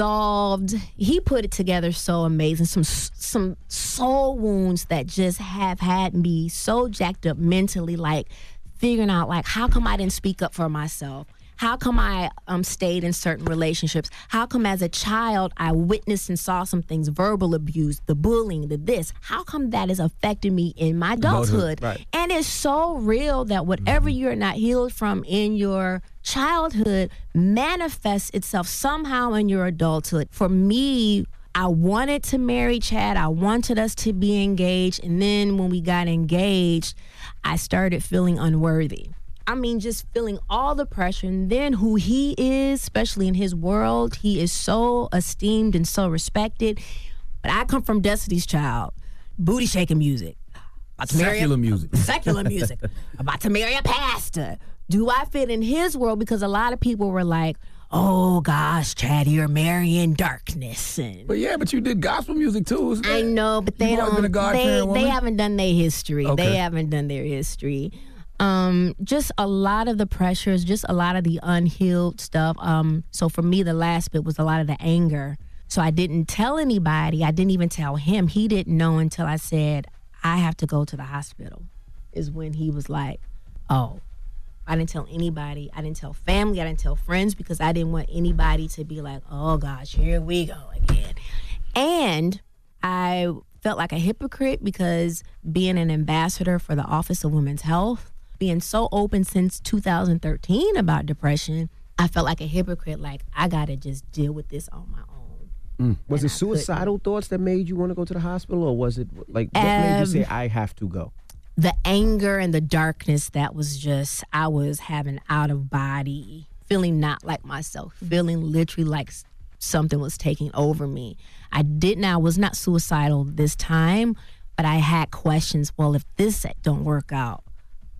unresolved. He put it together so amazing. Some s- some soul wounds that just have had me so jacked up mentally, like figuring out like how come I didn't speak up for myself? How come I um, stayed in certain relationships? How come as a child I witnessed and saw some things verbal abuse, the bullying, the this? How come that has affected me in my adulthood?
Right.
And it's so real that whatever you're not healed from in your childhood manifests itself somehow in your adulthood. For me, I wanted to marry Chad. I wanted us to be engaged. And then when we got engaged, I started feeling unworthy. I mean, just feeling all the pressure. And then who he is, especially in his world, he is so esteemed and so respected. But I come from Destiny's Child, booty shaking music. About to marry a-
Secular music.
Secular music. About to marry a pastor. Do I fit in his world? Because a lot of people were like, oh gosh, Chad, you're marrying darkness. And
But yeah, but you did gospel music too. isn't
I
it?
know, but they
You've always
don't.
been a God
they,
fearing
they
woman?
haven't done their history. They
Okay.
haven't done their history. Um, just a lot of the pressures, just a lot of the unhealed stuff. Um, so for me, the last bit was a lot of the anger. So I didn't tell anybody. I didn't even tell him. He didn't know until I said I have to go to the hospital. Is when he was like, "Oh, I didn't tell anybody. I didn't tell family. I didn't tell friends because I didn't want anybody to be like, oh gosh, here we go again. And I felt like a hypocrite because being an ambassador for the Office of Women's Health, being so open since 2013 about depression, I felt like a hypocrite. Like, I got to just deal with this on my own.
Was it suicidal thoughts that made you want to go to the hospital, or was it like what made you say
Um,
I have to go?
the anger and the darkness that was just I was having out of body, feeling not like myself, feeling literally like s- something was taking over me. I didn't I was not suicidal this time, but I had questions, well if this don't work out,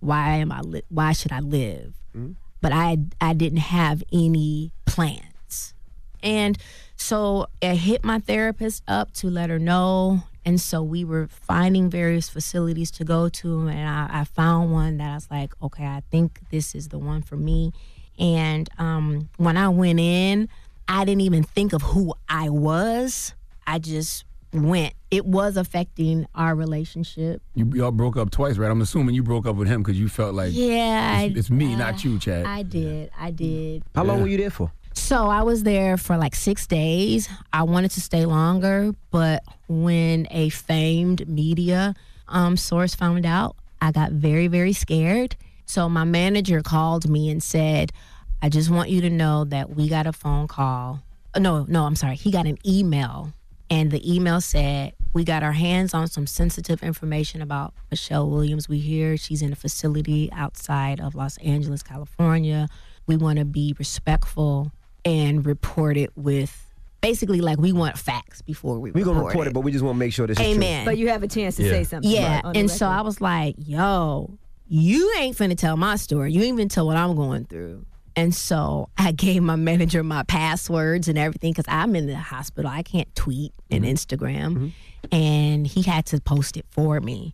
why am I li- why should I live?
Mm-hmm.
But I I didn't have any plans. And so I hit my therapist up to let her know. And so we were finding various facilities to go to. And I, I found one that I was like, okay, I think this is the one for me. And um, when I went in, I didn't even think of who I was. I just went. It was affecting our relationship.
You y'all broke up twice, right? I'm assuming you broke up with him because you felt like
Yeah,
it's,
I-
it's me,
uh,
not you, Chad.
I did. I did.
How long were you there for?
So I was there for like six days. I wanted to stay longer, but when a famed media um, source found out, I got very, very scared. So my manager called me and said, I just want you to know that we got a phone call. Uh, No, no, I'm sorry. He got an email, and the email said, We got our hands on some sensitive information about Michelle Williams. We hear she's in a facility outside of Los Angeles, California. We want to be respectful and report it with basically like we want facts before we
We're gonna
report
report it, but we just want to make sure this
Amen.
is true.
But you have a chance to say something.
Yeah.
Right, on the
and so
record.
I was like, yo, you ain't finna tell my story. You ain't even tell what I'm going through. And so I gave my manager my passwords and everything because I'm in the hospital. I can't tweet and Instagram. And he had to post it for me.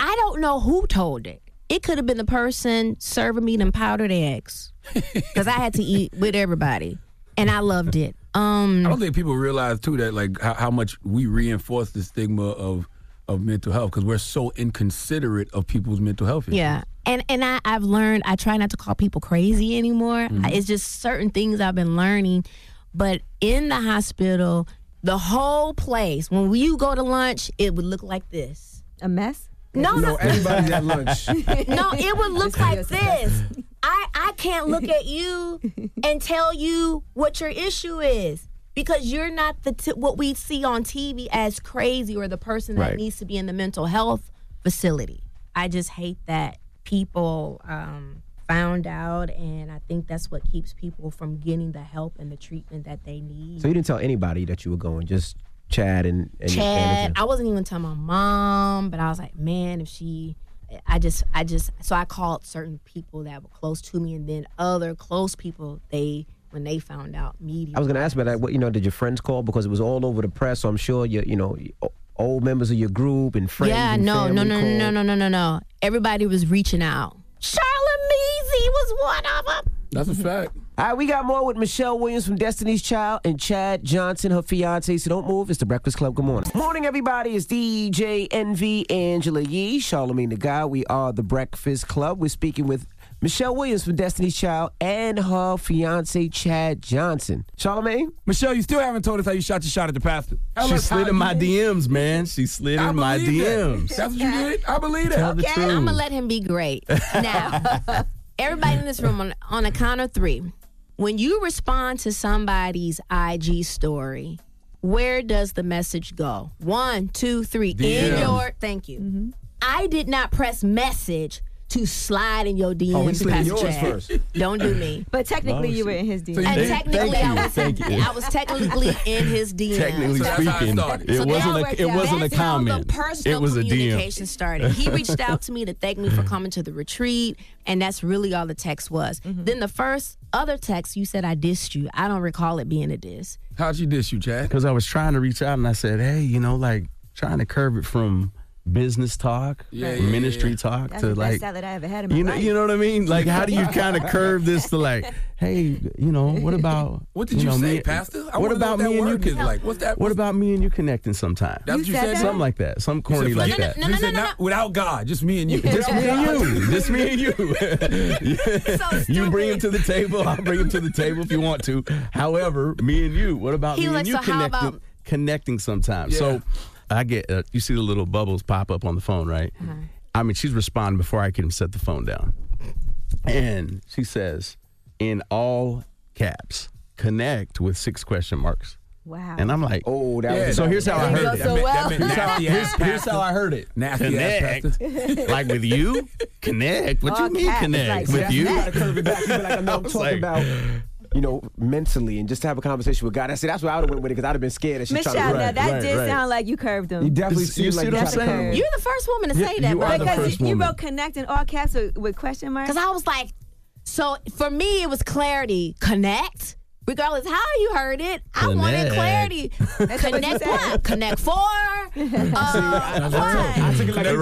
I don't know who told it. It could have been the person serving me them powdered eggs because I had to eat with everybody. And I loved it. Um,
I don't think people realize too that like how, how much we reinforce the stigma of of mental health because we're so inconsiderate of people's mental health. Issues.
Yeah. And and I, I've learned I try not to call people crazy anymore.
Mhm.
I- It's just certain things I've been learning. But in the hospital, the whole place, when you go to lunch, it would look like this.
A mess?
No, no.
everybody's at lunch.
no, it would look like this. I, I can't look at you and tell you what your issue is because you're not the t- what we see on TV as crazy or the person that
Right.
needs to be in the mental health facility. I just hate that people um, found out, and I think that's what keeps people from getting the help and the treatment that they need.
So you didn't tell anybody that you were going, just Chad and, and your
Chad.
manager.
I wasn't even telling my mom, but I was like, man, if she, I just, I just, so I called certain people that were close to me, and then other close people, they when they found out media.
I was gonna ask about that. What you know? Did your friends call because it was all over the press? So I'm sure your you know o- old members of your group and friends.
yeah,
and
no, no,
family
no,
called.
no, no, no, no, no. Everybody was reaching out. Charlotte Measy was one of them.
That's a fact.
All right, we got more with Michelle Williams from Destiny's Child and Chad Johnson, her fiance. So don't move. It's the Breakfast Club. Good morning. Morning, everybody. It's DJ NV Angela Yee, Charlemagne the Guy. We are the Breakfast Club. We're speaking with Michelle Williams from Destiny's Child and her fiance Chad Johnson. Charlemagne?
Michelle, you still haven't told us how you shot your shot at the pastor.
She slid in my DMs, man. She slid in my DMs.
That's what you did? I believe
Tell the
okay,
truth.
I'm gonna let him be great. Now, everybody in this room on, on a count of three. When you respond to somebody's IG story, where does the message go? One, two, three. In
DM.
your thank you. I did not press message to slide in
Oh,
your DM.
we slid in
Pastor
yours
Chad.
first.
Don't do me.
But technically, you were in
Oh,
his DM.
And technically, I was I was technically in his DM.
Technically speaking, it
So
wasn't
that
a
right
it
there-
wasn't a
that's how the
comment.
personal
It was a
communication
DM.
started. He reached out to me to thank me for coming to the retreat, and that's really all the text was.
Mm-hmm.
Then the first other text, you said I dissed you. I don't recall it being a diss.
How'd you diss you, Chad? Because I was trying to reach out and I said, hey, you know, like trying to curve it from business talk,
Yeah, yeah,
ministry
yeah.
talk
That's
to
the
like
best salad I ever had in my
you know,
life.
you know what I mean? Like, how do you kind of curve this to like, hey, you know, what about
What did you
know,
say,
me-
Pastor? I
what
wanna know
about
what that
me and you?
word is
Con-
like. What's that-
What about me and you connecting sometime?
That's what You you said said? that?
Something like that. Some corny like that.
You said not without God, just me and you.
Just me and you. Just me and you. you bring him to the table. I'll bring him to the table if you want to. However, me and you. What about
He
me
was
and you
like, "So how
connecting
about-"
connecting sometimes? So I get uh, you see the little bubbles pop up on the phone, right? I mean, she's responding before I can set the phone down. And she says, in all caps, connect with six question marks.
Wow.
And I'm like, oh,
that was-
so here's how I
Didn't
heard
go
it.
so well.
Here's how I-
Nasty
here's-
ass
here's
pastor.
how I heard it.
Nasty ass
Connect.
pastor.
like with you, connect. What
All
you mean
caps,
connect?
like,
with
that's
you?
gotta curve it back. You be like, I know I'm
was
talking
like-
about, you know, mentally and just to have a conversation with God. I said that's where I would have went with it because I'd have been scared that she's
Michelle,
trying to
now that did sound like you curved him.
You definitely You seemed see like what you I'm tried to saying? curve.
You're the first woman to
Yeah,
say that,
you
bro.
are the Because first
you wrote connect in all caps with, with question marks.
Because I was like, so for me, it was clarity. Connect. Regardless how you heard it, I wanted
Connect.
clarity. Connect what? Connect four. Uh,
I took it like right,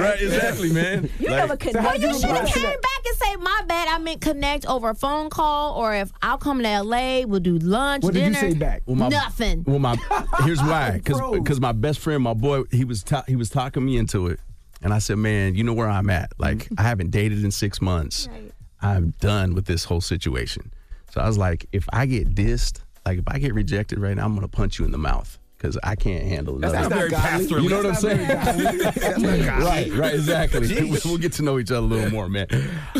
right, exactly, man.
You
Like-
never connect. Well, you should have came back and say, "My bad, I meant connect over a phone call, or if I'll come to LA, we'll do lunch,
What did you
dinner."
say back? Well, my-
Nothing.
Well, my here's why, because my best friend, my boy, he was ta- he was talking me into it, and I said, man, you know where I'm at. Like
Mm-hmm.
I haven't dated in six months. I'm done with this whole situation. So I was like, if I get dissed, like if I get rejected right now, I'm gonna punch you in the mouth because I can't handle
That's
another-
not very pastorally.
You know what I'm
That's not
saying? right, right, exactly.
Jeez.
We'll get to know each other a little more, man.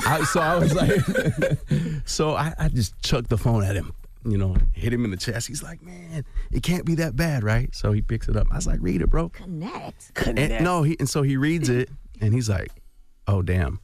I, so I was like, so I, I just chucked the phone at him, you know, hit him in the chest. He's like, man, it can't be that bad, right? So he picks it up. I was like, read it, bro.
Connect.
And, no, he, and so he reads it, and he's like, oh damn,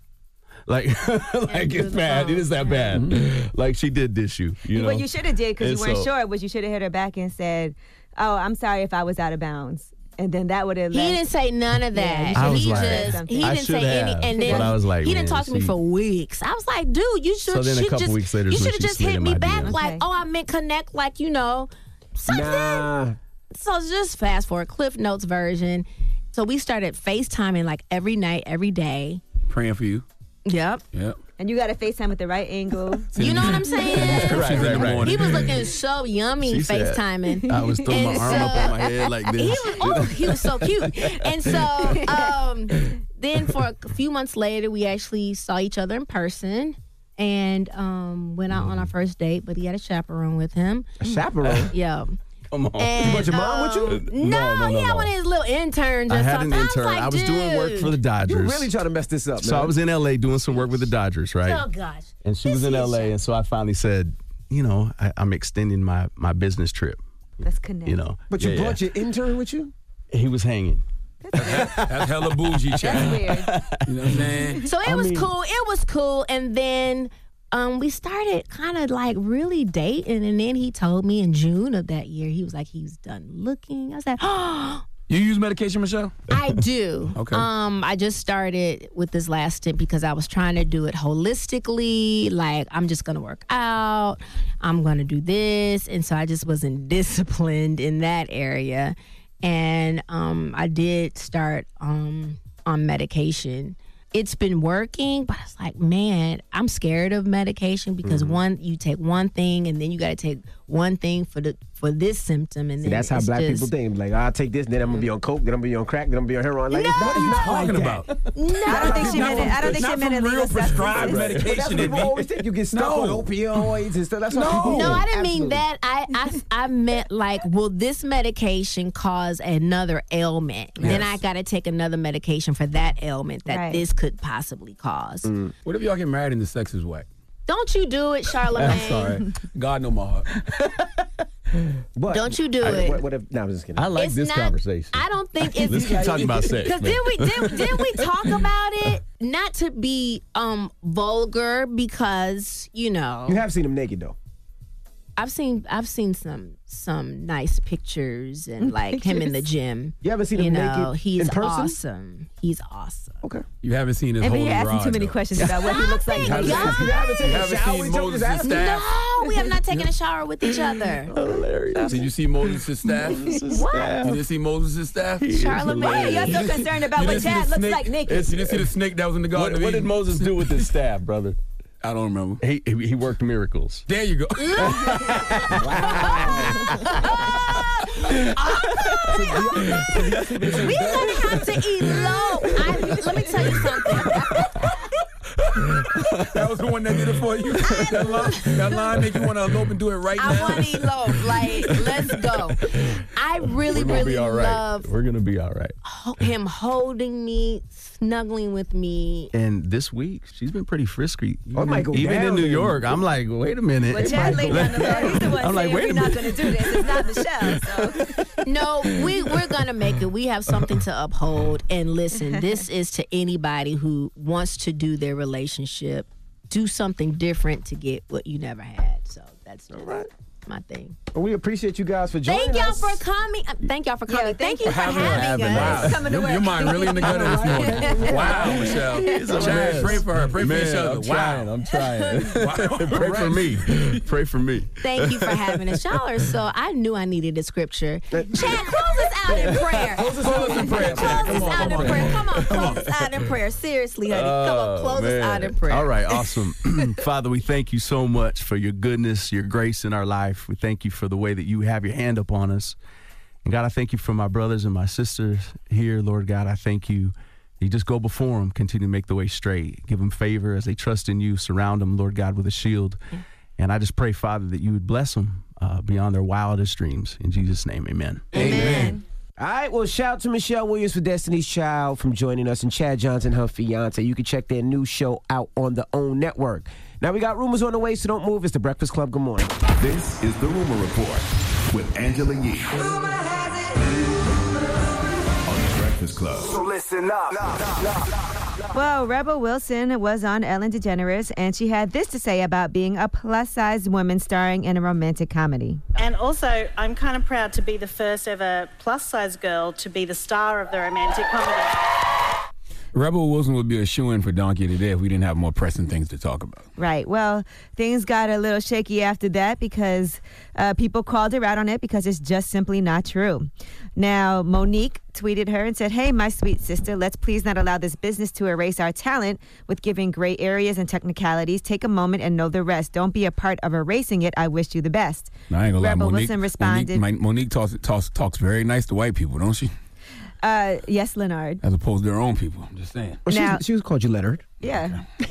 like, like it's bad. It is that bad. Like she did dish you, you know.
what you should have did because you
And
weren't
so-
sure was you should have hit her back and said, "Oh, I'm sorry if I was out of bounds," and then that would have.
He didn't say none of that.
I was
he
like,
just he
I
didn't
should
say
have,
any. And then
but I was like,
he didn't
man,
talk to me
she-
for weeks. I was like, dude, you should.
So then a
should
couple
just,
weeks later
you
is when
should have
she
just
slid
hit
in
me
my
back
DM.
like, oh, I meant connect, like you know, something. So just fast forward, Cliff Notes version. So we started FaceTiming like every night, every day.
Praying for you.
Yep.
Yep.
And you got to FaceTime at the right angle.
You know what I'm saying?
Right, right, right.
He was looking so yummy
She said,
FaceTiming.
I was throwing my
And
arm up on my head like this.
He was, oh, he was so cute. And so um, then for a few months later, we actually saw each other in person and um, went out on our first date, but he had a chaperone with him.
A chaperone?
yeah.
Come on.
And, um, No,
no,
he
no,
had
no.
one of his little interns or
I had
something.
an intern.
I was, like,
I was doing work
dude.
for the Dodgers.
You really try to mess this up.
So
man.
I was in LA doing some work with the Dodgers, right?
Oh, gosh.
and she was in LA, and so I finally said, you know, I, I'm extending my my business trip.
Let's connect.
You know,
But you
Yeah,
brought your intern with you?
yeah. he was hanging.
That's hella bougie, Chad. You know what I'm saying?
So it was cool. It was cool. And then um, we started kind of like really dating. And then he told me in June of that year, he was like, he was done looking. I was like, oh,
You use medication, Michelle?
I do.
Okay.
Um, I just started with this last stint because I was trying to do it holistically. Like, I'm just gonna work out. I'm gonna do this, and so I just wasn't disciplined in that area. And um, I did start um on medication. it's been working, but it's like, man, I'm scared of medication because
Mm-hmm.
Mhm.
one, you take one thing and then you got to take one thing for the for this symptom, and
See,
then
that's how
it's
black
just-
people think. Like, I'll take this, then I'm gonna be on coke, then I'm gonna be on crack, then I'm gonna be on heroin. Like, it's
No,
not, it's
you
not
talking
like
about.
That.
No, I don't think she meant it. I don't think she meant it. legal substances.
That's what people always think. You get stuck
No.
on opioids and stuff. That's what people
No,
think.
I didn't
Absolutely.
mean that. I, I I meant like, will this medication cause another ailment? Then I got to take another medication for that ailment that
Right.
this could possibly cause.
What if y'all get married and the sex is whack?
Don't you do it,
I'm
Charlamagne?
sorry. God know my heart.
But
Don't you do
I-
it.
What, what if, no, I'm just kidding.
I like It's this not- conversation.
I don't think it's.
Let's keep talking about sex,
Because
man.
did we did, did we talk about it? Not to be um vulgar, because you know
You have seen them naked though.
I've seen I've seen some some nice pictures and like him in the
Pictures?
gym.
You haven't seen
you
him
know,
naked
He's
in person?
awesome. He's awesome.
Okay.
You haven't seen his
And
whole
then you're asking too many questions about what he looks like.
You haven't seen-
naked.
you haven't seen- you haven't
Y'all
seen
always talk
Moses'
about-
staff?
No, we have not taken a shower with each other.
Hilarious. Did you see Moses' staff?
staff.
You didn't see Moses' staff?
Charlamagne.
Why are y'all so concerned about
You
what
didn't see
Chad
the
looks
snake?
like naked?
You didn't see the snake that was in the garden
What, what
of
did
Eden?
Moses do with his staff, brother?
I don't remember.
He he, he worked miracles.
There you go.
We're gonna have to elope. I, let me tell you something.
that was the one that did it for you. That line, that line make you want to elope and do it right
I
now.
want to elope. Like, let's go. I really,
We're gonna
really
be all right.
love
We're gonna be all right.
ho- him holding me, snuggling with me.
And this week, she's been pretty frisky.
Oh, it might go
Even
down
in New
then.
York, I'm like, wait a minute.
Well, Chad laid down the law. He's the
I'm
one
like,
saying
wait
we're
a
not
minute.
going to do this. It's not Michelle.
No, we we're gonna make it. We have something to uphold. And listen, this is to anybody who wants to do their relationship, do something different to get what you never had. So that's just my thing.
Well, we appreciate you guys for joining
Thank y'all
us.
for coming. uh, Thank y'all for coming. thank, you for having, us.
Wow. Your, your mind really in the gutter this morning. Wow, Michelle.
It's a
Chad,
mess.
pray for her. Pray
Man,
for each other.
I'm
wow.
trying. I'm trying. Pray for me. Pray for me.
Thank you for having us. Y'all are so I knew I needed a scripture. Chad, close us out in prayer.
Close us in prayer, Chad.
Close us out in prayer. Come on, close us out in prayer. Seriously, honey. Come
Oh,
on, close us out
man.
in prayer.
All right, awesome. Father, we thank you so much for your goodness, your grace in our life. We thank you for the way that you have your hand upon us. And God, I thank you for my brothers and my sisters here, Lord God. I thank you. You just go before them, continue to make the way straight. Give them favor as they trust in you. Surround them, Lord God, with a shield. And I just pray, Father, that you would bless them uh, beyond their wildest dreams. In Jesus' name, amen.
All right, well, shout out to Michelle Williams for Destiny's Child from joining us and Chad Johnson, her fiance. You can check their new show out on the OWN Network. Now, we got rumors on the way, so don't move. It's the Breakfast Club. Good morning.
This is the Rumor Report with Angela Yee. On the Breakfast Club.
Listen up.
Well, Rebel Wilson was on Ellen DeGeneres, and she had this to say about being a plus size woman starring in a romantic comedy.
And also, I'm kind of proud to be the first ever plus size girl to be the star of the romantic comedy.
Rebel Wilson would be a shoe in for Donkey today if we didn't have more pressing things to talk about.
Right. Well, things got a little shaky after that because uh, people called her out on it because it's just simply not true. Now, Monique tweeted her and said, Hey, my sweet sister, let's please not allow this business to erase our talent with giving gray areas and technicalities. Take a moment and know the rest. Don't be a part of erasing it. I wish you the best.
Now, I ain't gonna
Rebel
lie, Monique,
Wilson responded,
Monique, Monique talks, talks, talks very nice to white people, don't she?
uh, Yes, Leonard.
As opposed to their own people. I'm just saying.
Well, she- Now-
she was called you Leonard.
Yeah.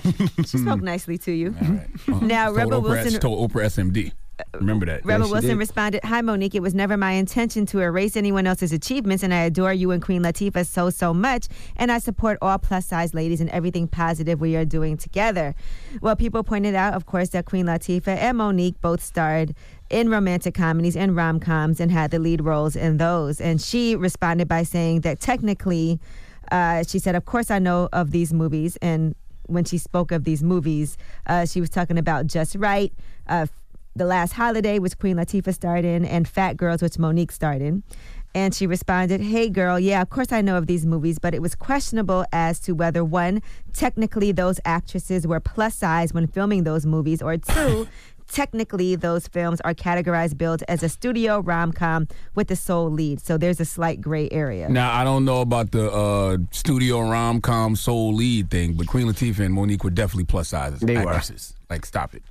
she spoke nicely to you. Now,
Hmm. Told Oprah-
Rebel Wilson.
She told Oprah SMD. Remember that.
Rebel Wilson responded, Hi, Monique. It was never my intention to erase anyone else's achievements, and I adore you and Queen Latifah so, so much. And I support all plus size ladies and everything positive we are doing together. Well, people pointed out, of course, that Queen Latifah and Monique both starred in romantic comedies and rom coms and had the lead roles in those. And she responded by saying that technically, uh, she said, Of course, I know of these movies. And when she spoke of these movies, uh, she was talking about Just Right. Uh, the Last Holiday, which Queen Latifah starred in, and Fat Girls, which Monique starred in. And she responded, Hey girl, yeah, of course I know of these movies, but it was questionable as to whether one, technically those actresses were plus size when filming those movies, or two, Technically, those films are categorized billed as a studio rom com with the sole lead. So there's a slight gray area.
Now I don't know about the uh, studio rom com soul lead thing, but Queen Latifah and Monique were definitely plus sizes.
They were.
actresses. Like, stop it.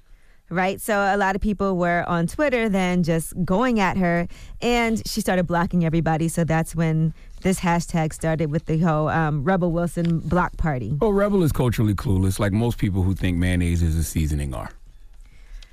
right? So a lot of people were on Twitter then just going at her, and she started blocking everybody. So that's when this hashtag started with the whole um, Rebel Wilson block party.
Well, Rebel is culturally clueless, like most people who think mayonnaise is a seasoning are.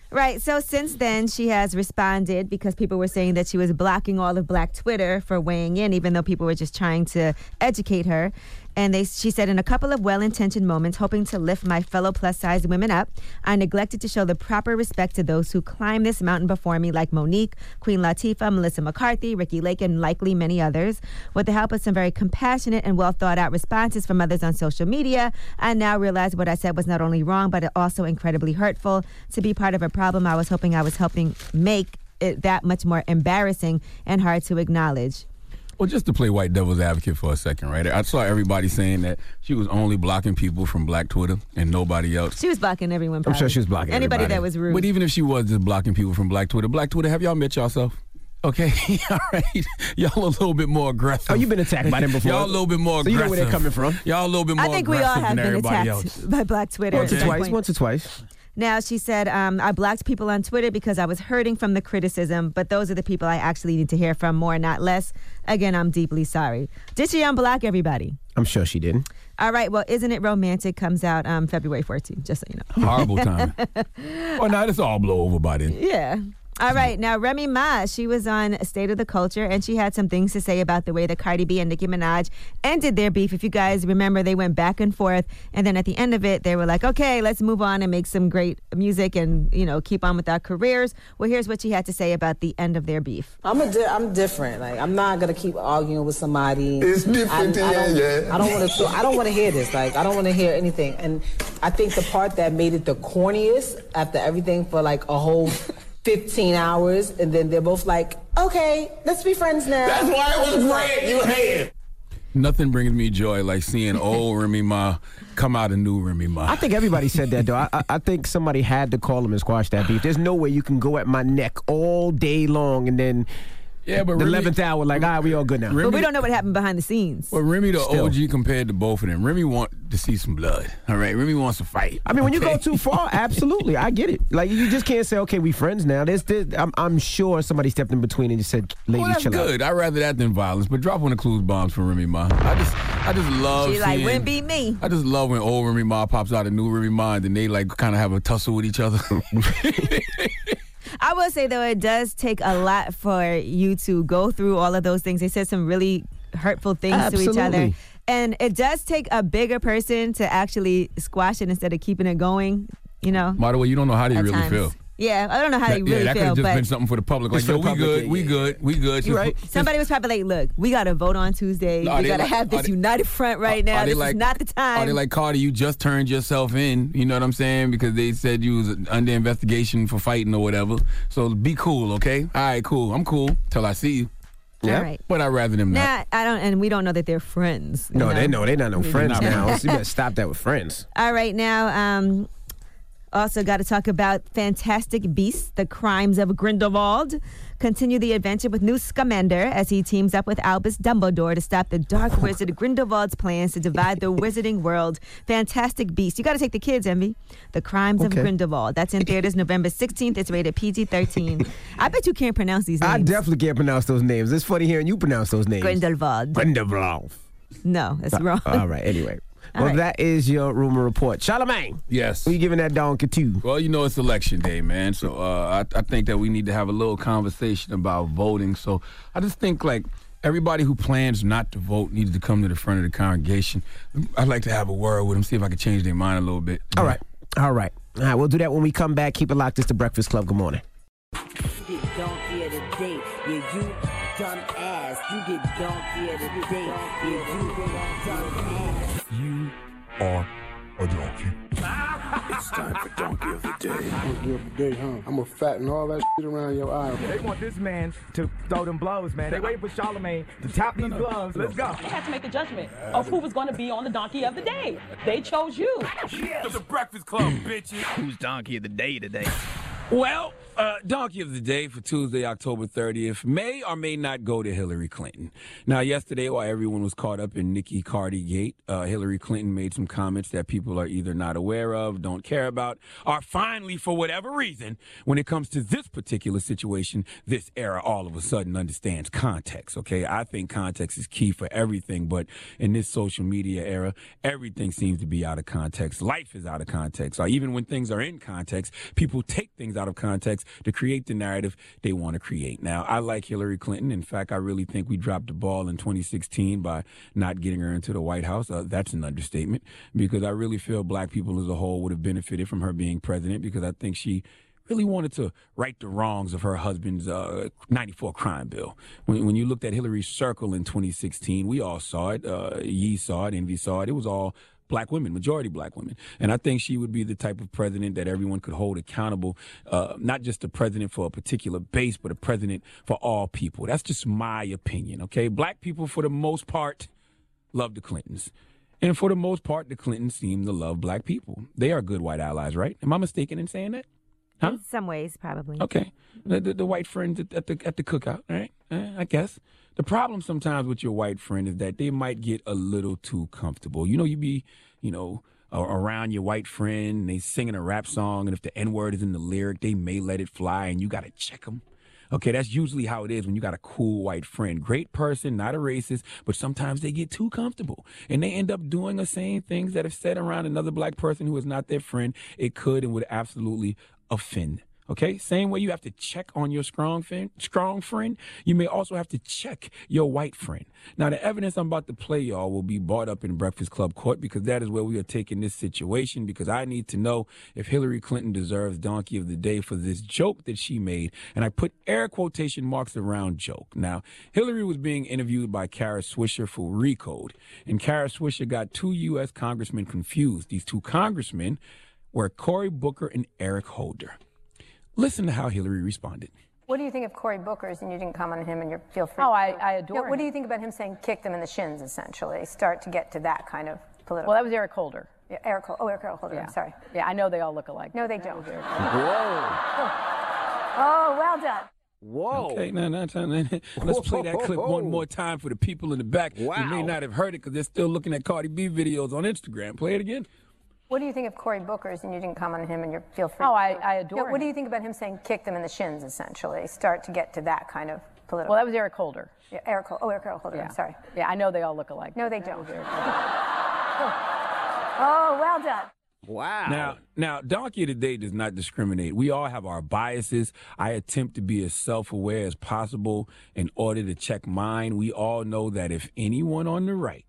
Right. So since then, she has responded because people were saying that she was blocking all of Black Twitter for weighing in, even though people were just trying to educate her. And they, she said, in a couple of well-intentioned moments, hoping to lift my fellow plus-size women up, I neglected to show the proper respect to those who climb this mountain before me, like Monique, Queen Latifah, Melissa McCarthy, Ricky Lake, and likely many others. With the help of some very compassionate and well-thought-out responses from others on social media, I now realize what I said was not only wrong but also incredibly hurtful. To be part of a problem I was hoping I was helping make it that much more embarrassing and hard to acknowledge.
Well, just to play white devil's advocate for a second, right? I saw everybody saying that she was only blocking people from Black Twitter and nobody else.
She was blocking everyone.
I'm sure
probably.
she was blocking
anybody
everybody.
that was rude.
But even if she was just blocking people from Black Twitter, Black Twitter, have y'all met yourself? Okay, all right. Y'all a little bit more aggressive. Oh, you've been attacked
by them before.
Y'all a little bit more
So
aggressive.
you know where they're coming
from. Y'all a little bit more
I think we
aggressive
all
than
have been
everybody
attacked
else.
by Black Twitter.
Once
at
or
some
twice,
point.
once or twice.
Now she said, um, I blocked people on Twitter because I was hurting from the criticism, but those are the people I actually need to hear from more, not less. Again, I'm deeply sorry. Did she unblock everybody?
I'm sure she didn't.
All right, well, Isn't It Romantic comes out um, February 14th, just so you know.
Horrible timing. well, now this all blow over by then.
Yeah. All right, now Remy Ma, she was on State of the Culture, and she had some things to say about the way that Cardi B and Nicki Minaj ended their beef. If you guys remember, they went back and forth, and then at the end of it, they were like, "Okay, let's move on and make some great music, and you know, keep on with our careers." Well, here's what she had to say about the end of their beef.
I'm a di- I'm different. Like I'm not gonna keep arguing with somebody.
It's different,
I,
yeah,
I don't,
yeah.
I don't want to. I don't want to hear this. Like I don't want to hear anything. And I think the part that made it the corniest after everything for like a whole 15 hours, and then they're both like, "Okay, let's be friends now."
That's why it was great. You hated.
Nothing brings me joy like seeing old Remy Ma come out a new Remy Ma.
I think everybody said that though. I, I, I think somebody had to call him and squash that beef. There's no way you can go at my neck all day long and then
Yeah, but
the
Remy-
eleventh hour, like, all right, we all good now.
but we don't know what happened behind the scenes.
Well, Remy the
Still.
OG compared to both of them. Remy want to see some blood. All right, Remy wants to fight.
I mean, when you go too far, absolutely, I get it. Like, you just can't say, okay, we friends now. There's, this, I'm, I'm sure somebody stepped in between and just said, ladies,
Well, Oh, that's
chill out.
good. I'd rather that than violence. But drop one of Clues bombs for Remy Ma. I just, I just love.
She like,
seeing-
"Wouldn't be me."
I just love when old Remy Ma pops out a new Remy Ma, and then they like kind of have a tussle with each other.
I will say though, it does take a lot for you to go through all of those things. They said some really hurtful things to each other.
Absolutely.
And it does take a bigger person to actually squash it instead of keeping it going, you know?
By the way, you don't know how they
at
really
times.
feel.
Yeah, I don't know how
That-
they
yeah,
really
that could
feel,
have just
but
been something for the public. Like,
It's for
yo,
the
we
public,
good,
yeah,
we
yeah,
good, we good.
You right.
somebody was probably like, look, we got to vote on Tuesday.
Are
we
they
got to
like-
have
are
this
they-
united front right now.
are they
This
like-
is not the time.
Are they like Cardi? You just turned yourself in. You know what I'm saying? Because they said you was under investigation for fighting or whatever. So be cool, okay? All right, cool. I'm cool till I see you.
Yeah. All right.
But I'd rather them not.
Nah, I don't, and we don't know that they're friends. you
No, they know they're not no
They're
friends
not
now.
friends.
So you better stop that with friends.
All right, now, um, also got to talk about Fantastic Beasts, The Crimes of Grindelwald. Continue the adventure with Newt Scamander as he teams up with Albus Dumbledore to stop the dark wizard Grindelwald's plans to divide the wizarding world. Fantastic Beasts. You got to take the kids, Envy. The Crimes
Okay.
of Grindelwald. That's in theaters November 16th. It's rated PG 13. I bet you can't pronounce these names.
I definitely can't pronounce those names. It's funny hearing you pronounce those names.
Grindelwald.
Grindelwald.
No, that's wrong.
Uh, All right, anyway.
All
well,
right.
that is your rumor report. Charlemagne.
Yes.
Who you giving that donkey to?
Well, you know it's election day, man. So uh, I, I think that we need to have a little conversation about voting. So I just think like everybody who plans not to vote needs to come to the front of the congregation. I'd like to have a word with them, see if I can change their mind a little bit.
All right. All right. All right, we'll do that when we come back. Keep it locked. It's the Breakfast Club. Good morning.
get donkey of the day. Yeah, you dumb ass. You get donkey of the day. Yeah, you dumb ass.
You are a donkey. it's time for Donkey of the Day.
I'm gonna fatten all that shit around your eye.
They want this man to throw them blows, man. They waiting for Charlemagne to top these gloves. Let's go.
They had to make a judgment of who was going to be on the donkey of the day. They chose you.
The Breakfast Club, bitches. Who's donkey of the day today?
Well, uh, donkey of the day for Tuesday, October 30th, may or may not go to Hillary Clinton. Now, yesterday, while everyone was caught up in Nikki Cardi Gate, uh, Hillary Clinton made some comments that people are either not aware of, don't care about, or finally, for whatever reason, when it comes to this particular situation, this era all of a sudden understands context, okay? I think context is key for everything, but in this social media era, everything seems to be out of context. Life is out of context, or even when things are in context, people take things out of context to create the narrative they want to create. Now, I like Hillary Clinton. In fact, I really think we dropped the ball in 2016 by not getting her into the White House. Uh, that's an understatement because I really feel black people as a whole would have benefited from her being president because I think she really wanted to right the wrongs of her husband's uh, 94 crime bill. When, when you looked at Hillary's circle in 2016, we all saw it. Uh, Yee saw it. Envy saw it. It was all black women, majority black women. And I think she would be the type of president that everyone could hold accountable, uh, not just the president for a particular base, but a president for all people. That's just my opinion, okay? Black people, for the most part, love the Clintons. And for the most part, the Clintons seem to love black people. They are good white allies, right? Am I mistaken in saying that? Huh?
In some ways, probably.
Okay. The, the, the white friends at, at the at the cookout, right? Eh, I guess. The problem sometimes with your white friend is that they might get a little too comfortable. You know, you be, you know, a- around your white friend, and they singing a rap song, and if the N word is in the lyric, they may let it fly, and you got to check them. Okay, that's usually how it is when you got a cool white friend. Great person, not a racist, but sometimes they get too comfortable and they end up doing or saying things that if said around another black person who is not their friend, it could and would absolutely offend. Okay, same way you have to check on your strong friend, strong friend, you may also have to check your white friend. Now, the evidence I'm about to play y'all will be brought up in Breakfast Club court because that is where we are taking this situation. Because I need to know if Hillary Clinton deserves Donkey of the Day for this joke that she made, and I put air quotation marks around joke. Now, Hillary was being interviewed by Kara Swisher for Recode, and Kara Swisher got two U.S. congressmen confused. These two congressmen were Cory Booker and Eric Holder. Listen to how Hillary responded.
What do you think of Cory Booker's? And you didn't comment on him, and you're feel free.
Oh,
to-
I- I adore
Yeah, What do
him.
you think about him saying "kick them in the shins"? Essentially, start to get to that kind of political.
Well, that was Eric Holder.
Yeah, Eric. Hol- Oh, Eric Holder.
Yeah.
I'm sorry.
Yeah, I know they all look alike.
No, they don't.
Whoa.
Oh, well done.
Whoa.
Okay, now, now, now, now, let's play that clip one more time for the people in the back who may not have heard it because they're still looking at Cardi B videos on Instagram. Play it again.
What do you think of Cory Booker's? And you didn't comment on him, and you feel free.
Oh,
to-
I- I adore
Yeah, What do
him.
you think about him saying "kick them in the shins"? Essentially, start to get to that kind of political.
Well, that was Eric Holder.
Yeah, Eric. Hol- Oh, Eric Holder.
Yeah.
I'm sorry.
Yeah, I know they all look alike.
No, they don't. Oh, well done.
Wow.
Now, now, Donkey of the Day does not discriminate. We all have our biases. I attempt to be as self-aware as possible in order to check mine. We all know that if anyone on the right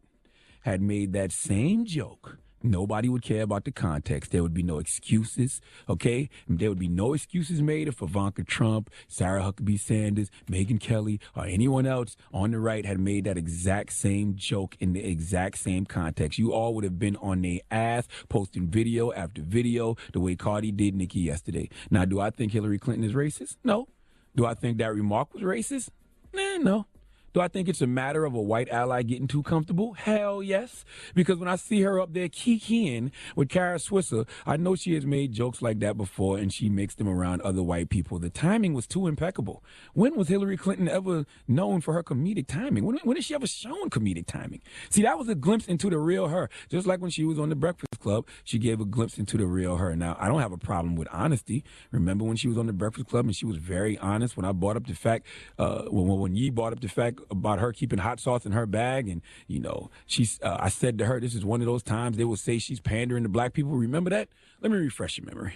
had made that same joke, nobody would care about the context. There would be no excuses, okay? There would be no excuses made if Ivanka Trump, Sarah Huckabee Sanders, Megan Kelly, or anyone else on the right had made that exact same joke in the exact same context. You all would have been on their ass posting video after video the way Cardi did Nikki yesterday. Now, do I think Hillary Clinton is racist? No. Do I think that remark was racist? Nah, no. Do I think it's a matter of a white ally getting too comfortable? Hell yes. Because when I see her up there kikiing with Kara Swisher, I know she has made jokes like that before and she makes them around other white people. The timing was too impeccable. When was Hillary Clinton ever known for her comedic timing? When, when has she ever shown comedic timing? See, that was a glimpse into the real her. Just like when she was on The Breakfast Club, she gave a glimpse into the real her. Now, I don't have a problem with honesty. Remember when she was on The Breakfast Club and she was very honest when I brought up the fact, uh, when, when- when Yee brought up the fact about her keeping hot sauce in her bag. And, you know, she's, uh, I said to her, this is one of those times they will say she's pandering to black people. Remember that? Let me refresh your memory.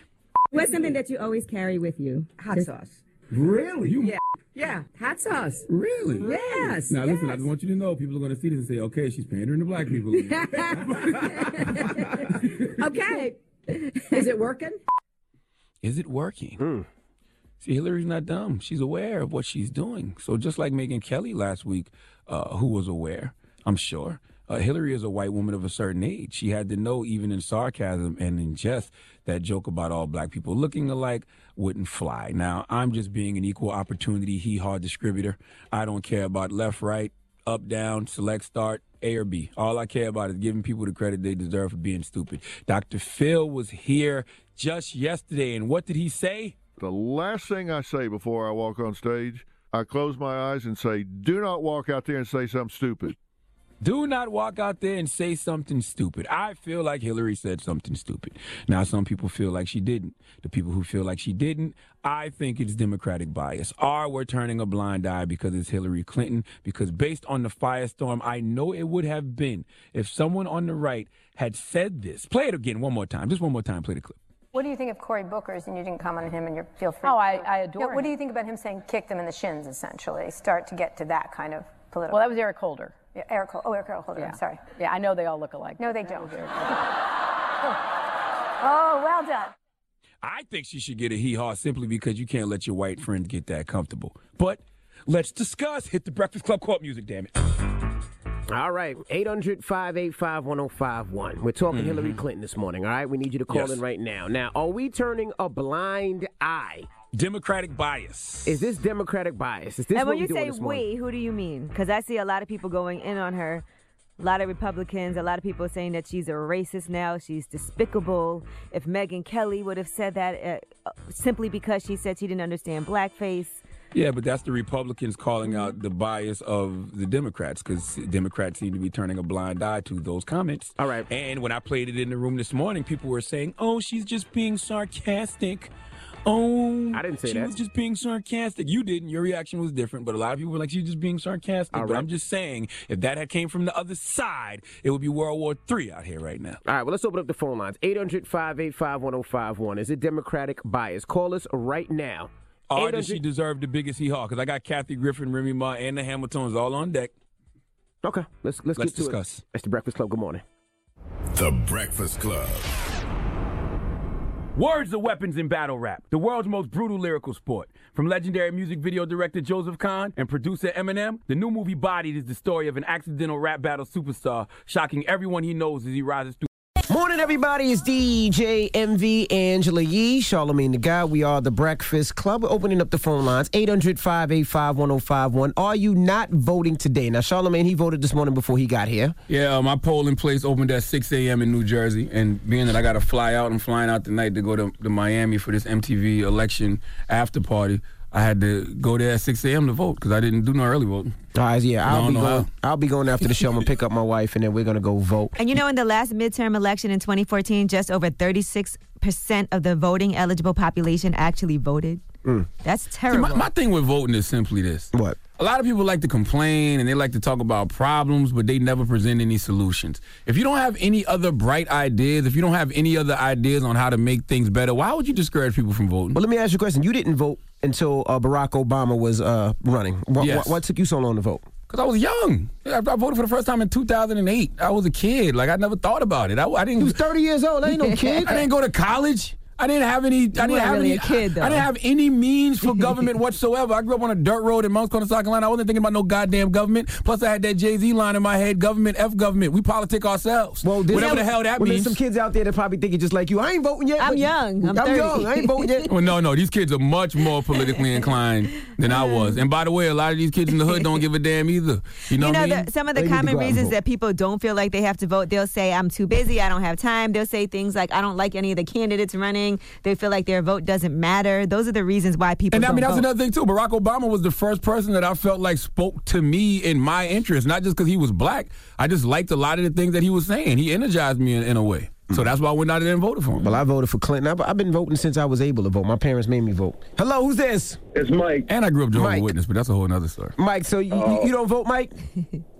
What's something that you always carry with you? Hot sauce.
Really? You
yeah. Yeah, hot sauce.
Really?
Yes.
Now, listen, I just want you to know people are going to see this and say, okay, she's pandering to black people.
okay. Is it working?
Is it working? See, Hillary's not dumb. She's aware of what she's doing. So just like Megan Kelly last week, uh, who was aware, I'm sure. Uh, Hillary is a white woman of a certain age. She had to know, even in sarcasm and in jest, that joke about all black people looking alike wouldn't fly. Now, I'm just being an equal opportunity hee haw distributor. I don't care about left, right, up, down, select, start, A or B. All I care about is giving people the credit they deserve for being stupid. Dr. Phil was here just yesterday, and what did he say?
The last thing I say before I walk on stage, I close my eyes and say, do not walk out there and say something stupid.
Do not walk out there and say something stupid. I feel like Hillary said something stupid. Now, some people feel like she didn't. The people who feel like she didn't, I think it's Democratic bias. Or we're turning a blind eye because it's Hillary Clinton. Because based on the firestorm, I know it would have been if someone on the right had said this. Play it again one more time. Just one more time. Play the clip.
What do you think of Cory Booker's, and you didn't comment on him, and you feel free
Oh,
to-
I- I adore
No, What do
him.
you think about him saying kick them in the shins, essentially? Start to get to that kind of political.
Well, that was Eric Holder.
Yeah, Eric, Hol- oh, Eric Holder,
Yeah.
I'm sorry.
Yeah, I know they all look alike.
No, they don't. Oh, well done.
I think she should get a hee haw simply because you can't let your white friends get that comfortable. But let's discuss. Hit the Breakfast Club co music, damn it.
All right, 800 585 1051. We're talking
Mhm.
Mm-hmm.
Hillary Clinton this morning, all right? We need you to call
Yes.
in right now. Now, are we turning a blind eye?
Democratic bias.
Is this Democratic bias? Is this
and
what
when
we
you
doing
say
this morning?
we, who do you mean? Because I see a lot of people going in on her. A lot of Republicans, a lot of people saying that she's a racist now. She's despicable. If Megan Kelly would have said that uh, uh, simply because she said she didn't understand blackface,
Yeah, but that's the Republicans calling out the bias of the Democrats because Democrats seem to be turning a blind eye to those comments. All right. And when I played it in the room this morning, people were saying, "Oh, she's just being sarcastic." Oh, I didn't
say
she
that.
was just being sarcastic. You didn't. Your reaction was different, but a lot of people were like, "She's just being sarcastic."
All
but
right.
I'm just saying, if that had came from the other side, it would be World War III out here right now.
All right, well, let's open up the phone lines 800 585 1051. Is it Democratic bias? Call us right now.
Or does she deserve the biggest hee haw? Because I got Kathy Griffin, Remy Ma, and the Hamiltons all on deck.
Okay, let's let's,
Let's
get to
discuss.
it. It's the Breakfast Club. Good morning.
The Breakfast Club.
Words are weapons in battle rap, the world's most brutal lyrical sport. From legendary music video director Joseph Kahn and producer Eminem, the new movie Bodied is the story of an accidental rap battle superstar, shocking everyone he knows as he rises through.
Morning, everybody. It's DJ MV Angela Yee, Charlemagne the Guy. We are the Breakfast Club. We're opening up the phone lines 800 585 1051. Are you not voting today? Now, Charlemagne, he voted this morning before he got here.
Yeah, uh, my polling place opened at 6 a.m. in New Jersey, and being that I got to fly out, I'm flying out tonight to go to, to Miami for this MTV election after party. I had to go there at 6 a.m. to vote because I didn't do no early voting.
All right, yeah, I'll
I don't
be
know
going.
how.
I'll be going after the show. I'm gonna pick up my wife, and then we're gonna go vote.
And you know, in the last midterm election in 2014, just over 36% of the voting eligible population actually voted. That's
See,
terrible.
my, my thing with voting is simply this.
What?
A lot of people like to complain and they like to talk about problems, but they never present any solutions. If you don't have any other bright ideas, if you don't have any other ideas on how to make things better, why would you discourage people from voting?
Well, let me ask you a question. You didn't vote until uh, Barack Obama was uh, running. Why,
Yes.
why, why took you so long to vote?
Because I was young. I, I voted for the first time in 2008. I was a kid. Like, I never thought about it. I, I didn't. You was
30 years old. I ain't no kid.
I didn't go to college. I didn't have any. I didn't
weren't
have
really
any.
a kid,
I, I
though.
didn't have any means for government whatsoever. I grew up on a dirt road in Mount Carolina, South Carolina. I wasn't thinking about no goddamn government. Plus, I had that Jay Z line in my head: "Government, f government. We politic ourselves. Well, whatever the hell that
well,
means."
There's some kids out there that probably think it just like you. I ain't voting yet. but- young. I ain't voting yet.
Well, no, no. These kids are much more politically inclined than I was. And by the way, a lot of these kids in the hood don't give a damn either. You know,
you know,
what I mean?
the, some of the common reasons that people don't feel like they have to vote, they'll say, I'm too busy, I don't have time. They'll say things like, I don't like any of the candidates running. They feel like their vote doesn't matter. Those are the reasons why people
And I
don't
mean, that's
vote.
another thing too. Barack Obama was the first person that I felt like spoke to me in my interest, not just because he was black. I just liked a lot of the things that he was saying. He energized me in, in a way.
Mm.
So that's why I went out there and voted for him.
Well, I voted for Clinton. I've, I've been voting since I was able to vote. My parents made me vote. Hello, who's this?
It's Mike.
And I grew up Jehovah's Witness, but that's a whole other story.
Mike, so you, you- you don't vote, Mike?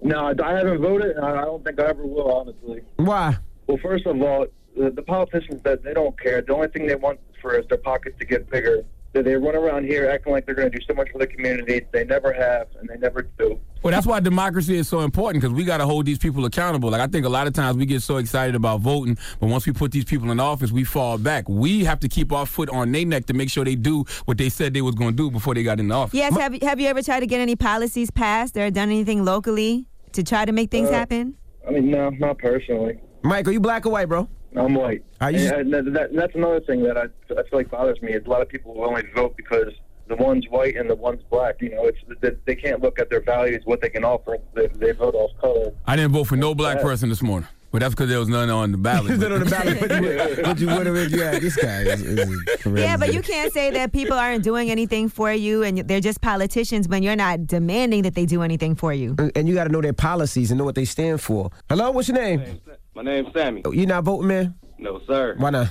No, I haven't voted, and I don't think I ever will, honestly.
Why?
Well, first of all, the, the politicians that they don't care. The only thing they want for is their pockets to get bigger. That they run around here acting like they're going to do so much for the community. They never have, and they never do.
Well, that's why democracy is so important because we got to hold these people accountable. Like, I think a lot of times we get so excited about voting, but once we put these people in office, we fall back. We have to keep our foot on their neck to make sure they do what they said they was going to do before they got in the office.
Yes, have, have you ever tried to get any policies passed or done anything locally to try to make things
Uh,
happen?
I mean, no, not personally.
Mike, are you black or white, bro?
I'm white.
Are you-
And, uh, that- that- that's another thing that I, I feel like bothers me. Is a lot of people will only vote because the one's white and the one's black. You know, it's they, they can't look at their values, what they can offer. They, they vote off color.
I didn't vote for no black person this morning. But that's because there was none on the ballot.
None on the ballot, but you- but you would have. Yeah, this guy is. is
Yeah, but you can't say that people aren't doing anything for you and they're just politicians when you're not demanding that they do anything for you.
And- And you got to know their policies and know what they stand for. Hello, what's your name?
My name's Sammy.
Oh,
You not voting, man?
No, sir.
Why not?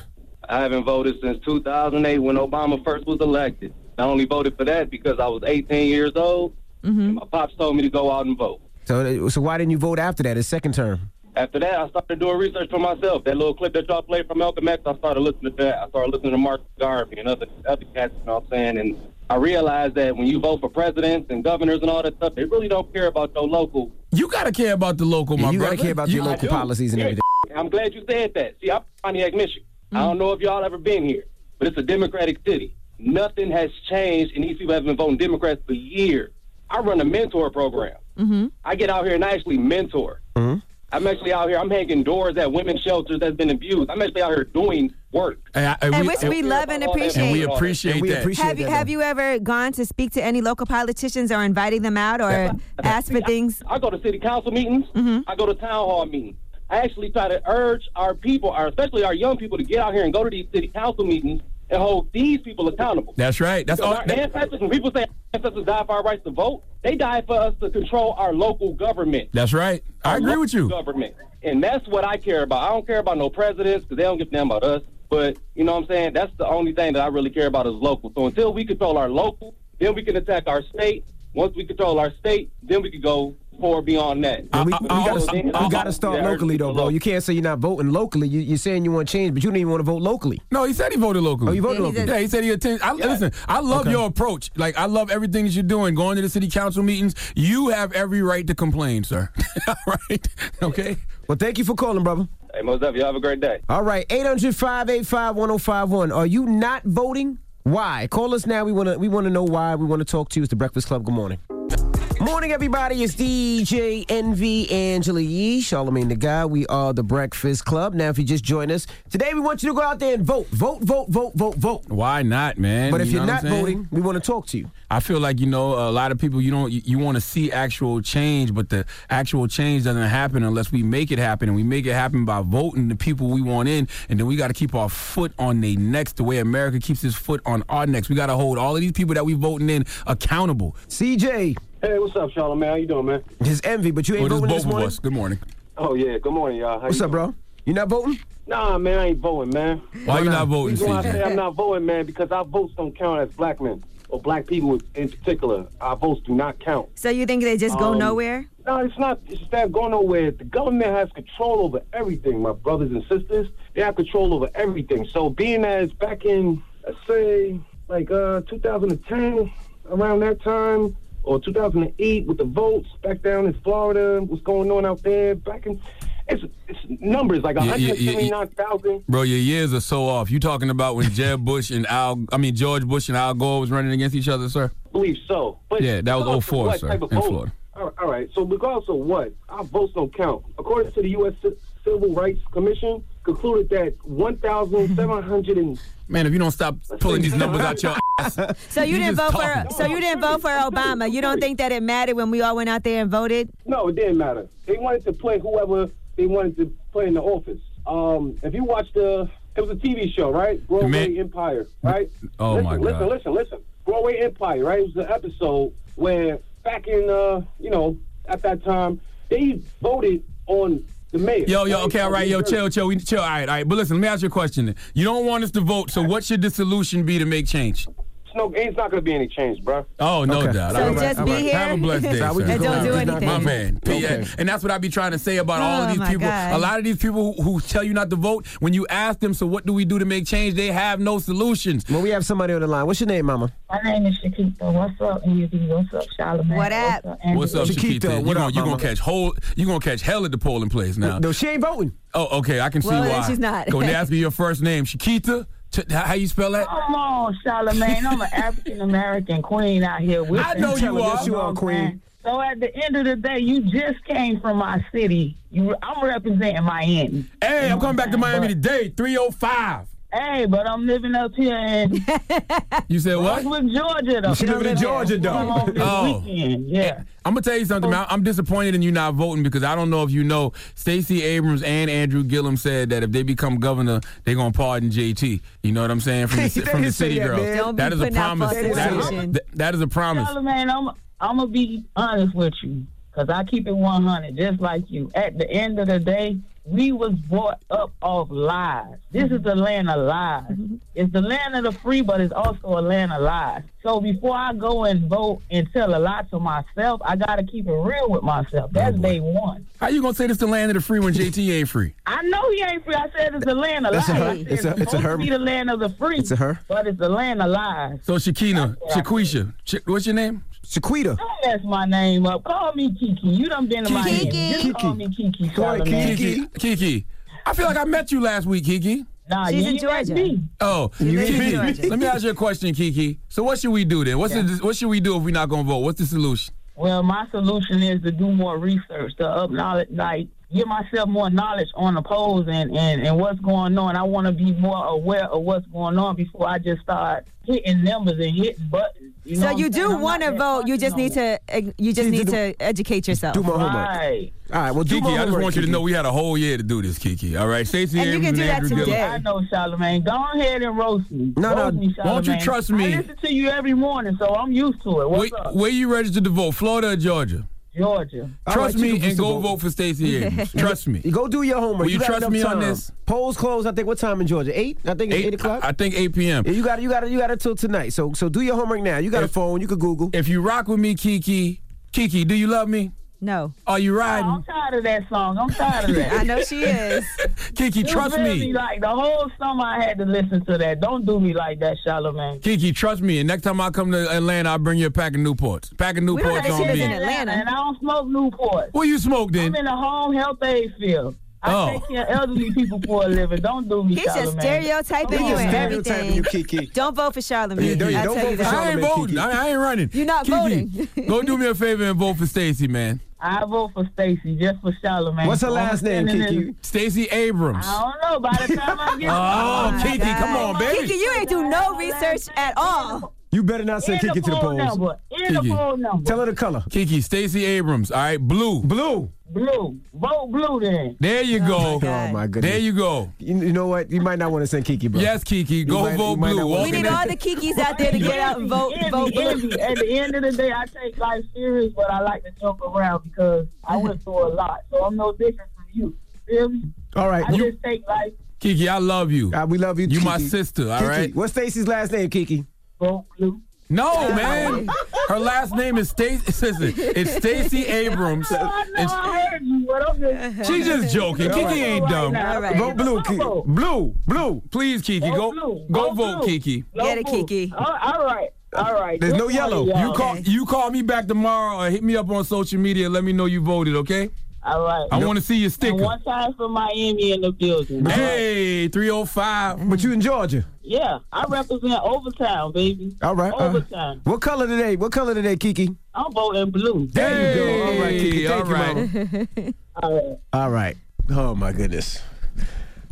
I haven't voted since 2008 when Obama first was elected. I only voted for that because I was 18 years old.
Mm-hmm.
And my pops told me to go out and vote.
So, so why didn't you vote after that? His second term.
After that, I started doing research for myself. That little clip that y'all played from Malcolm X, I started listening to that. I started listening to Mark Garvey and other other cats. You know what I'm saying? And I realized that when you vote for presidents and governors and all that stuff, they really don't care about your local.
You gotta care about the local, my
Yeah, you
brother.
gotta care about your
I do.
local policies and everything. I'm glad you said that. See, I'm from Pontiac, Michigan. I don't know if y'all ever been here, but it's a Democratic city. Nothing has changed, and these people have been voting Democrats for years. I run a mentor program.
Mm-hmm.
I get out here and I actually mentor. I'm actually out here. I'm hanging doors at women's shelters that's been abused. I'm actually out here doing work.
And, I-
And which we love and appreciate.
And we appreciate And we that. appreciate
have you
that,
have you ever gone to speak to any local politicians or inviting them out or asked for things?
I go to city council meetings. I go to town hall meetings. I actually try to urge our people, our, especially our young people, to get out here and go to these city council meetings and hold these people accountable.
That's right. That's
Because
all.
Our
that-
ancestors, when people say our ancestors died for our rights to vote, they died for us to control our local government.
that's right. I
Our
agree
local
with you.
Government, and that's what I care about. I don't care about no presidents because they don't give a damn about us. But you know what I'm saying? That's the only thing that I really care about is local. So until we control our local, then we can attack our state. Once we control our state, then we can go far beyond that.
And we, we
But
gotta,
until then,
we gotta start
Yeah,
locally though, bro. You can't say you're not voting locally. You, you're saying you want change, but you don't even want to vote locally.
No, he said he voted locally.
Oh, you voted
yeah,
locally.
Yeah, he said he attended. I, Listen, I love your approach. Like, I love everything that you're doing. Going to the city council meetings. You have every right to complain, sir. all right. Okay.
Well, thank you for calling, brother.
Hey, most of you have a great day.
All right, 800-585-1051. Are you not voting? Why? Call us now. We wanna we wanna know why. We wanna talk to you. It's the Breakfast Club. Good morning. Morning, everybody. It's DJ NV Angela Yee, Charlemagne the Guy. We are the Breakfast Club. Now, if you just join us today, we want you to go out there and vote, vote, vote, vote, vote, vote.
Why not, man?
But if
You
you're
know
not
what I'm saying?
voting, we want to talk to you.
I feel like you know a lot of people. You don't. You, you want to see actual change, but the actual change doesn't happen unless we make it happen, and we make it happen by voting the people we want in, and then we got to keep our foot on their necks the way America keeps his foot on our necks. We got to hold all of these people that we voting in accountable.
CJ.
Hey, what's up, Charlamagne? How you doing, man?
His envy, but you ain't
Well, there's
voting
Oh, both
this
of
morning.
us. Good morning.
Oh yeah, good morning, y'all. How
What's
you
up, bro? You not voting?
Nah, man, I ain't voting, man.
Why you not voting,
Reason why I
CJ?
say I'm not voting, man, because our votes don't count as black men or black people in particular. Our votes do not count.
So you think they just go
Um,
nowhere?
No, it's not. It's just that going nowhere. The government has control over everything, my brothers and sisters. They have control over everything. So being as back in, let's say, like uh, 2010, around that time, or 2008 with the votes back down in Florida, what's going on out there? Back in, it's, it's numbers like
Yeah, yeah, yeah, yeah.
179,000.
Bro, your years are so off. You talking about when Jeb Bush and Al, I mean George Bush and Al Gore was running against each other, sir?
believe so. But
Yeah, that was
regardless of
04,
what
sir,
type of
in
vote-
Florida.
All right, all right. So regardless of what, our votes don't count. According to the U.S. Ci- Civil Rights Commission, concluded that 1,700 and
Man, if you don't stop pulling these numbers out your ass,
So you, didn't
just
vote for
talking.
so you didn't vote for Obama. You don't think that it mattered when we all went out there and voted?
No, it didn't matter. They wanted to play whoever they wanted to play in the office. Um, if you watch the, it was a TV show, right? Broadway Empire, right?
Oh,
listen,
my
Listen,
God.
listen, listen. Broadway Empire, right? It was an episode where back in, uh, you know, at that time, they voted on the mayor.
Yo, yo,
right?
okay, all right, yo, chill, chill, we chill. All right, all right. But listen, let me ask you a question. then. You don't want us to vote, so what should the solution be to make change?
It's, no, it's not going to be any change, bro.
Oh, no
Okay.
doubt.
So
All
just
all
be
Have a
here
blessed day.
and
sir.
don't do
My
anything.
man. P-
Okay.
yeah. And that's what I be trying to say about all
Oh,
of these
my
people.
God.
A lot of these people who, who tell you not to vote, when you ask them, so what do we do to make change? They have no solutions.
Well, we have somebody on the line. What's your name, Mama?
My name is Shakita. What's up, MUB? What's up, Charlamagne?
What up?
What's up,
Chiquita,
Chiquita? You
what
gonna,
up,
you gonna
mama?
catch whole? You gonna catch hell at the polling place now?
No, she ain't voting.
Oh, okay, I can see
Well,
why.
then she's not.
Go and ask me your first name, Chiquita. Ch- how you spell that?
Come on, Charlamagne. I'm an African American queen out here with
I know you are. Yes, you are, queen.
So at the end of the day, you just came from my city. You, I'm representing Miami.
Hey, I'm coming back to Miami today. Three oh five.
Hey, but I'm living up here in
You said what?
Brunswick, Georgia, though.
She living in Georgia,
I'm
though. Oh,
on this weekend, yeah.
I'm gonna tell you something. man. I'm disappointed in you not voting because I don't know if you know. Stacey Abrams and Andrew Gillum said that if they become governor, they're gonna pardon JT. You know what I'm saying from the,
They
from the
didn't say
city
that,
girls.
man. Don't be
that is a
putting out
promise.
false
That is,
information.
th- that is a promise.
Charlamagne, I'm I'm gonna be honest with you, cause I keep it 100, just like you. At the end of the day, we was brought up off lies. This is the land of lies. It's the land of the free, but it's also a land of lies. So before I go and vote and tell a lie to myself, I gotta keep it real with myself.
Oh,
That's day one.
How you gonna say this the land of the free when JT ain't free?
I know he ain't free. I said it's the land of
That's a
lies.
her.
I said
It's a- it's a
supposed to
her.
Be the land of the free.
It's a her.
But it's the land of lies.
So Shakina, Shaquisha, Ch- what's your name? Shaquita.
Don't mess my name up. Call me Kiki. You done been to my
Kiki.
Miami. Just call me Kiki. Charlamagne.
Kiki. Kiki. I feel like I met you last week, Kiki.
Nah, She's you in met Georgia. me.
Oh,
She's in
Kiki.
Georgia.
Let me ask you a question, Kiki. So what should we do then? What's the, what should we do if we're not gonna vote? What's the solution?
Well, my solution is to do more research, to up knowledge, like give myself more knowledge on the polls and, and, and what's going on. I want to be more aware of what's going on before I just start hitting numbers and hitting buttons. You know
so
what
you
I'm saying?
do
I'm
want to
not that
vote. You just
fucking
need to. You just need to educate yourself.
Do more homework.
Right.
All right. Well, do
Kiki,
more
I just
homework,
want you to
Kiki.
know we had a whole year to do this, Kiki. All right, Stacey
And you
Abrams
can do
and
that
Andrew
today.
Gillum.
I know, Charlemagne. Go ahead and roast me.
No, no.
roast Me,
Won't you
Charlamagne.
trust me?
I listen to you every morning, so I'm used to it. What's
Where,
up,
where you registered to vote, Florida or Georgia?
Georgia?
Trust me and go vote for Stacey Abrams. Trust me.
You go do your homework.
Will you
got
trust
enough
me on
time.
this?
Polls close. I think what time in Georgia? Eight. I think it's eight, o'clock.
I think 8 p.m.
Yeah, you got it. You got it. You got it till tonight. So so do your homework now. You got a phone. You could Google.
If you rock with me, Kiki, Kiki, do you love me?
No.
Are you
I'm
riding?
tired of that song. I'm tired of that.
I know she is.
Kiki,
You
trust
feel
me.
Like the whole summer, I had to listen to that. Don't do me like that, Charlamagne.
Kiki, trust me. And next time I come to Atlanta, I'll bring you a pack of Newports. Pack of Newports on me.
and I don't smoke Newport.
What you smoke then?
I'm in the home health aid field. I
Oh.
take care of elderly people for a living. Don't do me,
He's just
Charlamagne.
stereotyping
Don't
you
do me.
and everything.
Kiki.
Don't vote for Charlamagne.
Yeah, don't-
I'll
don't
tell
vote
you
for
that.
Charlamagne, I ain't voting. Kiki. I- I ain't running.
You're not
Kiki,
voting.
Go do me a favor and vote for Stacey, man.
I vote for Stacy just for Charlamagne.
What's her
So I'm
last name,
sending
Kiki?
this-
Stacey Abrams.
I don't know. By the time I get
Oh, Kiki, come on, baby.
Kiki, you ain't do no research at all.
You better not
send In the Kiki to the phone polls. number. In the phone number.
Tell her the color.
Kiki, Stacey Abrams. All right, blue.
Blue.
Blue. Vote blue then.
There you go.
Oh my, goodness.
There you go.
You, you know what? You might not want to send Kiki, bro.
Yes, Kiki.
You
Go
might-
vote
you might
blue.
not wanna
Walk
We
in
need
there.
all the Kikis out there to get out and vote.
Envy,
vote blue.
envy. At the end of the day, I take life serious, but I like to joke around because I went through a lot, so I'm no different from you. Feel me?
All right.
I just take life.
Kiki, I love you.
we love you.
You my
Kiki.
sister. All
Kiki.
right.
What's Stacy's last name, Kiki?
Vote blue.
No, Oh, man. Her last name is Stacey. Listen, it's Stacey Abrams. It's-
I heard you, but I'm just.
She's just joking.
All
Kiki
right.
ain't dumb.
All right. Vote blue, Kiki. Blue, blue.
Please, Kiki, go go vote, Kiki.
Get it, Kiki. all right. All right.
There's
Good
no
morning,
yellow.
y'all.
You call you call me back tomorrow or hit me up on social media. Let me know you voted, okay?
All right.
I want to see your sticker.
And one time for Miami in the building.
Hey, 305.
But you in Georgia.
Yeah, I represent Overtown, baby.
All right.
uh,
all right.
Overtime.
What color today? What color today, Kiki?
I'm voting blue.
There you go. All right, Kiki.
Hey,
Thank
all
you,
right.
mama. All right. Oh my goodness.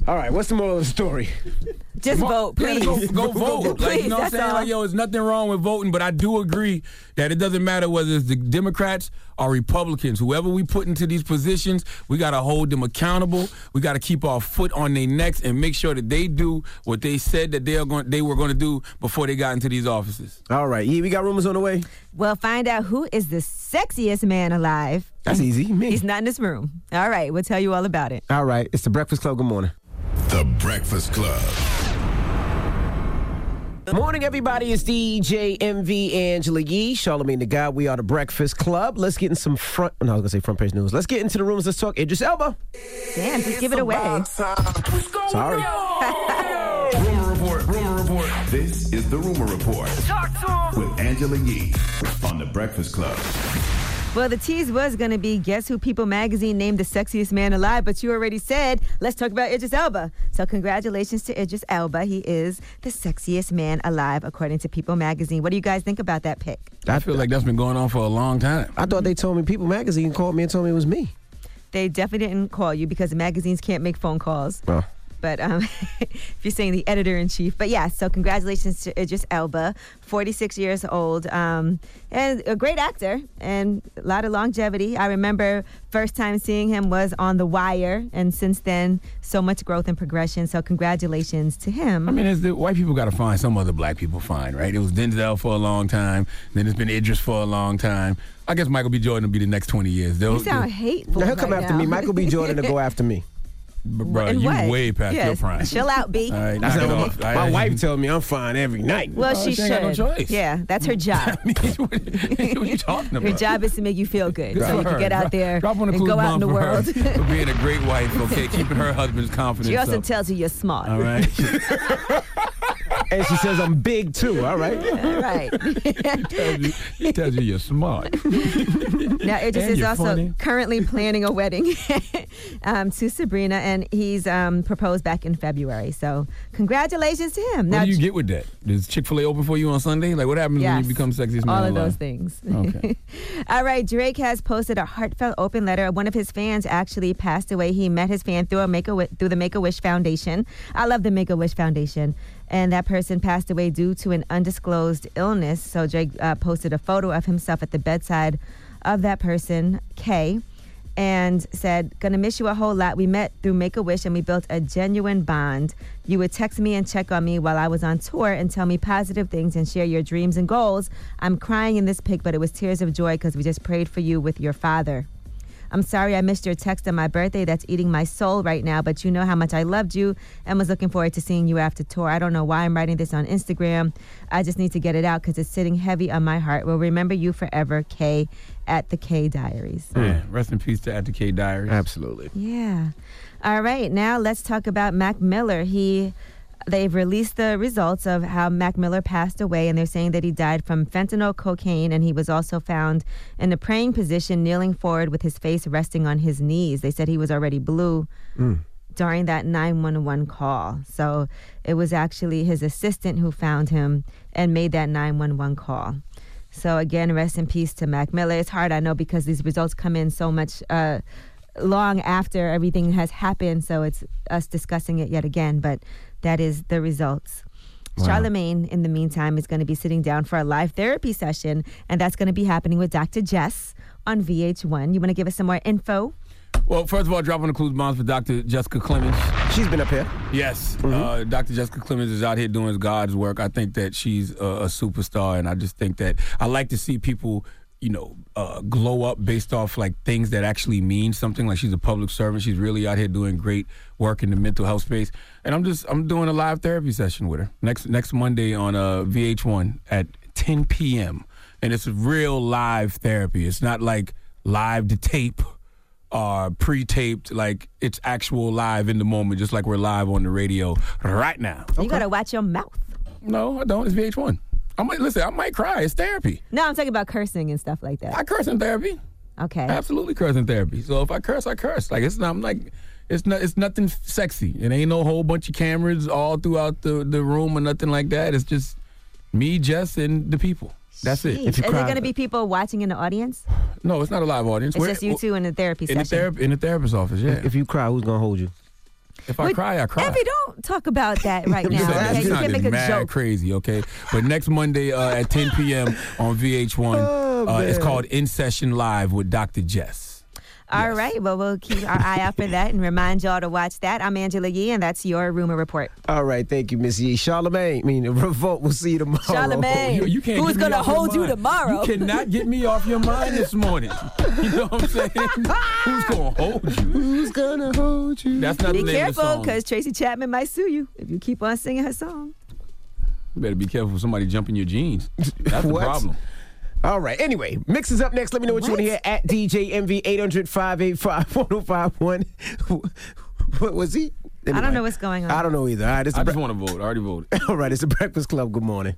All right. What's the moral of the story?
Just
Mo-
vote,
yeah,
please.
Go, go vote. Like, you know what I'm
that's
saying?
all.
Like, yo, there's nothing wrong with voting, but I do agree that it doesn't matter whether it's the Democrats or Republicans. Whoever we put into these positions, we got to hold them accountable. We got to keep our foot on their necks and make sure that they do what they said that they are going they were going to do before they got into these offices.
All right. Yeah, we got rumors on the way.
Well, find out who is the sexiest man alive.
That's easy. Me.
He's not in this room. All right, we'll tell you all about it.
All right. It's the Breakfast Club. Good morning.
The Breakfast Club.
Morning, everybody. It's DJ MV Angela Yee, Charlemagne the Guy. We are the Breakfast Club. Let's get in some front. No, I was gonna say front page news. Let's get into the rooms. Let's talk Idris Elba.
Damn, just give it away.
Sorry.
Rumor report. Rumor report. This is the rumor report with Angela Yee on the Breakfast Club.
Well, the tease was going to be Guess Who People magazine named the sexiest man alive, but you already said, let's talk about Idris Elba. So, congratulations to Idris Elba. He is the sexiest man alive, according to People magazine. What do you guys think about that pick?
I feel like that's been going on for a long time.
I thought they told me People Magazine called me and told me it was me.
They definitely didn't call you because the magazines can't make phone calls.
Well,
but um, if you're saying the editor in chief, but yeah, so congratulations to Idris Elba, 46 years old, um, and a great actor and a lot of longevity. I remember first time seeing him was on The Wire, and since then, so much growth and progression. So congratulations to him.
I mean, it's the white people got to find some other black people fine, right? It was Denzel for a long time, then it's been Idris for a long time. I guess Michael B. Jordan will be the next twenty years. They'll,
you sound hateful.
Now he'll
right
come after
now.
me. Michael B. Jordan will go after me.
bro, you way past
Yes.
your prime.
Chill out, B.
All right, knock
That's
it
not
off.
what my, my
I-
wife tells me I'm fine every night.
Well,
Oh,
she, should. Yeah, that's her job.
what you talking
Her job is to make you feel good,
Good
so
for
you can
her.
get out
Drop-
there
drop on a
and
clue
go out
bomb
in the
for her
world.
for being a great wife, okay, keeping her husband's confidence
She also
up.
tells you you're smart.
All right.
and she says I'm big too. All right.
All right.
He tells you you're smart.
Now, Idris
And
is
you're
also
funny.
currently planning a wedding um, to Sabrina, and he's um, proposed back in February. So, congratulations to him.
What
now,
do you get with that? Does Chick Fil A open for you on Sunday? Like, what happens when
Yes.
you become sexiest man
all of
alive?
those things.
Okay.
All right, Drake has posted a heartfelt open letter. One of his fans actually passed away. He met his fan through a Make a through the Make a Wish Foundation. I love the Make a Wish Foundation, and that person passed away due to an undisclosed illness. So Drake uh, posted a photo of himself at the bedside of that person, Kay. And said, Gonna miss you a whole lot. We met through Make a Wish and we built a genuine bond. You would text me and check on me while I was on tour and tell me positive things and share your dreams and goals. I'm crying in this pic, but it was tears of joy because we just prayed for you with your father. I'm sorry I missed your text on my birthday. That's eating my soul right now, but you know how much I loved you and was looking forward to seeing you after tour. I don't know why I'm writing this on Instagram. I just need to get it out because it's sitting heavy on my heart. We'll remember you forever, K at the K Diaries.
Man, rest in peace to At the K Diaries.
Absolutely.
Yeah. All right. Now let's talk about Mac Miller. He they've released the results of how Mac Miller passed away and they're saying that he died from fentanyl cocaine and he was also found in a praying position kneeling forward with his face resting on his knees. They said he was already blue
Mm.
during that 911 call. So it was actually his assistant who found him and made that 911 call. So again, rest in peace to Mac Miller. It's hard, I know, because these results come in so much uh, long after everything has happened. So it's us discussing it yet again, but that is the results.
Wow.
Charlemagne, in the meantime, is going to be sitting down for a live therapy session, and that's going to be happening with Dr. Jess on VH1. You want to give us some more info?
Well, first of all, dropping the clues bombs for Dr. Jessica Clemens.
She's been up here. Mm-hmm.
Yes. Uh, Dr. Jessica Clemens is out here doing God's work. I think that she's a, a superstar, and I just think that I like to see people. You know, uh, glow up based off like things that actually mean something. Like she's a public servant. She's really out here doing great work in the mental health space. And I'm just I'm doing a live therapy session with her next next Monday on uh, VH1 at 10 p.m. And it's real live therapy. It's not like live to tape are pre-taped like it's actual live in the moment just like we're live on the radio right now
You got to watch your mouth.
no i don't it's vh1 i might listen i might cry it's therapy
No, I'm talking about cursing and stuff like that. I
curse in therapy.
Okay.
absolutely cursing therapy so if i curse i curse like it's not i'm like it's not it's nothing sexy it ain't no whole bunch of cameras all throughout the, the room or nothing like that it's just me jess and the people that's it
Jeez. Is there going to be people watching in the audience?
no it's not a live audience
It's
We're-
just you two in the therapy
in the,
session.
therap- in the therapist's office yeah
If you cry, who's gonna hold you?
if i
Would-
cry i cry
Evie, don't talk about that right
You said
now.
that
okay? You
sounded
can make a
mad
joke.
crazy, okay? But next Monday uh, at 10 p.m. on VH1, uh, it's
Oh, man.
called In Session Live with Dr. Jess.
All right. Well, we'll keep our eye out for that and remind y'all to watch that. I'm Angela Yee, and that's your rumor report.
All right, thank you, Miss Yee. Charlemagne, I mean, Revolt, we'll see you tomorrow.
Oh,
Charlemagne, You- you can't who's get me gonna off your hold you mind. tomorrow?
You cannot get me off your mind this morning. You know what I'm saying? Who's going to hold you?
Who's gonna hold you?
That's not
Be
the name of the
careful,
song.
because Tracy Chapman might sue you if you keep on singing her song.
You better be careful of somebody jumping your jeans. That's the
What?
problem.
All right. Anyway, mix is up next. Let me know what, you want to hear at DJ MV 800 585 1051. What was he?
I don't know what's going on.
I don't know either. All right, it's
I
the
just want to vote. I already voted.
All right, it's the Breakfast Club. Good morning.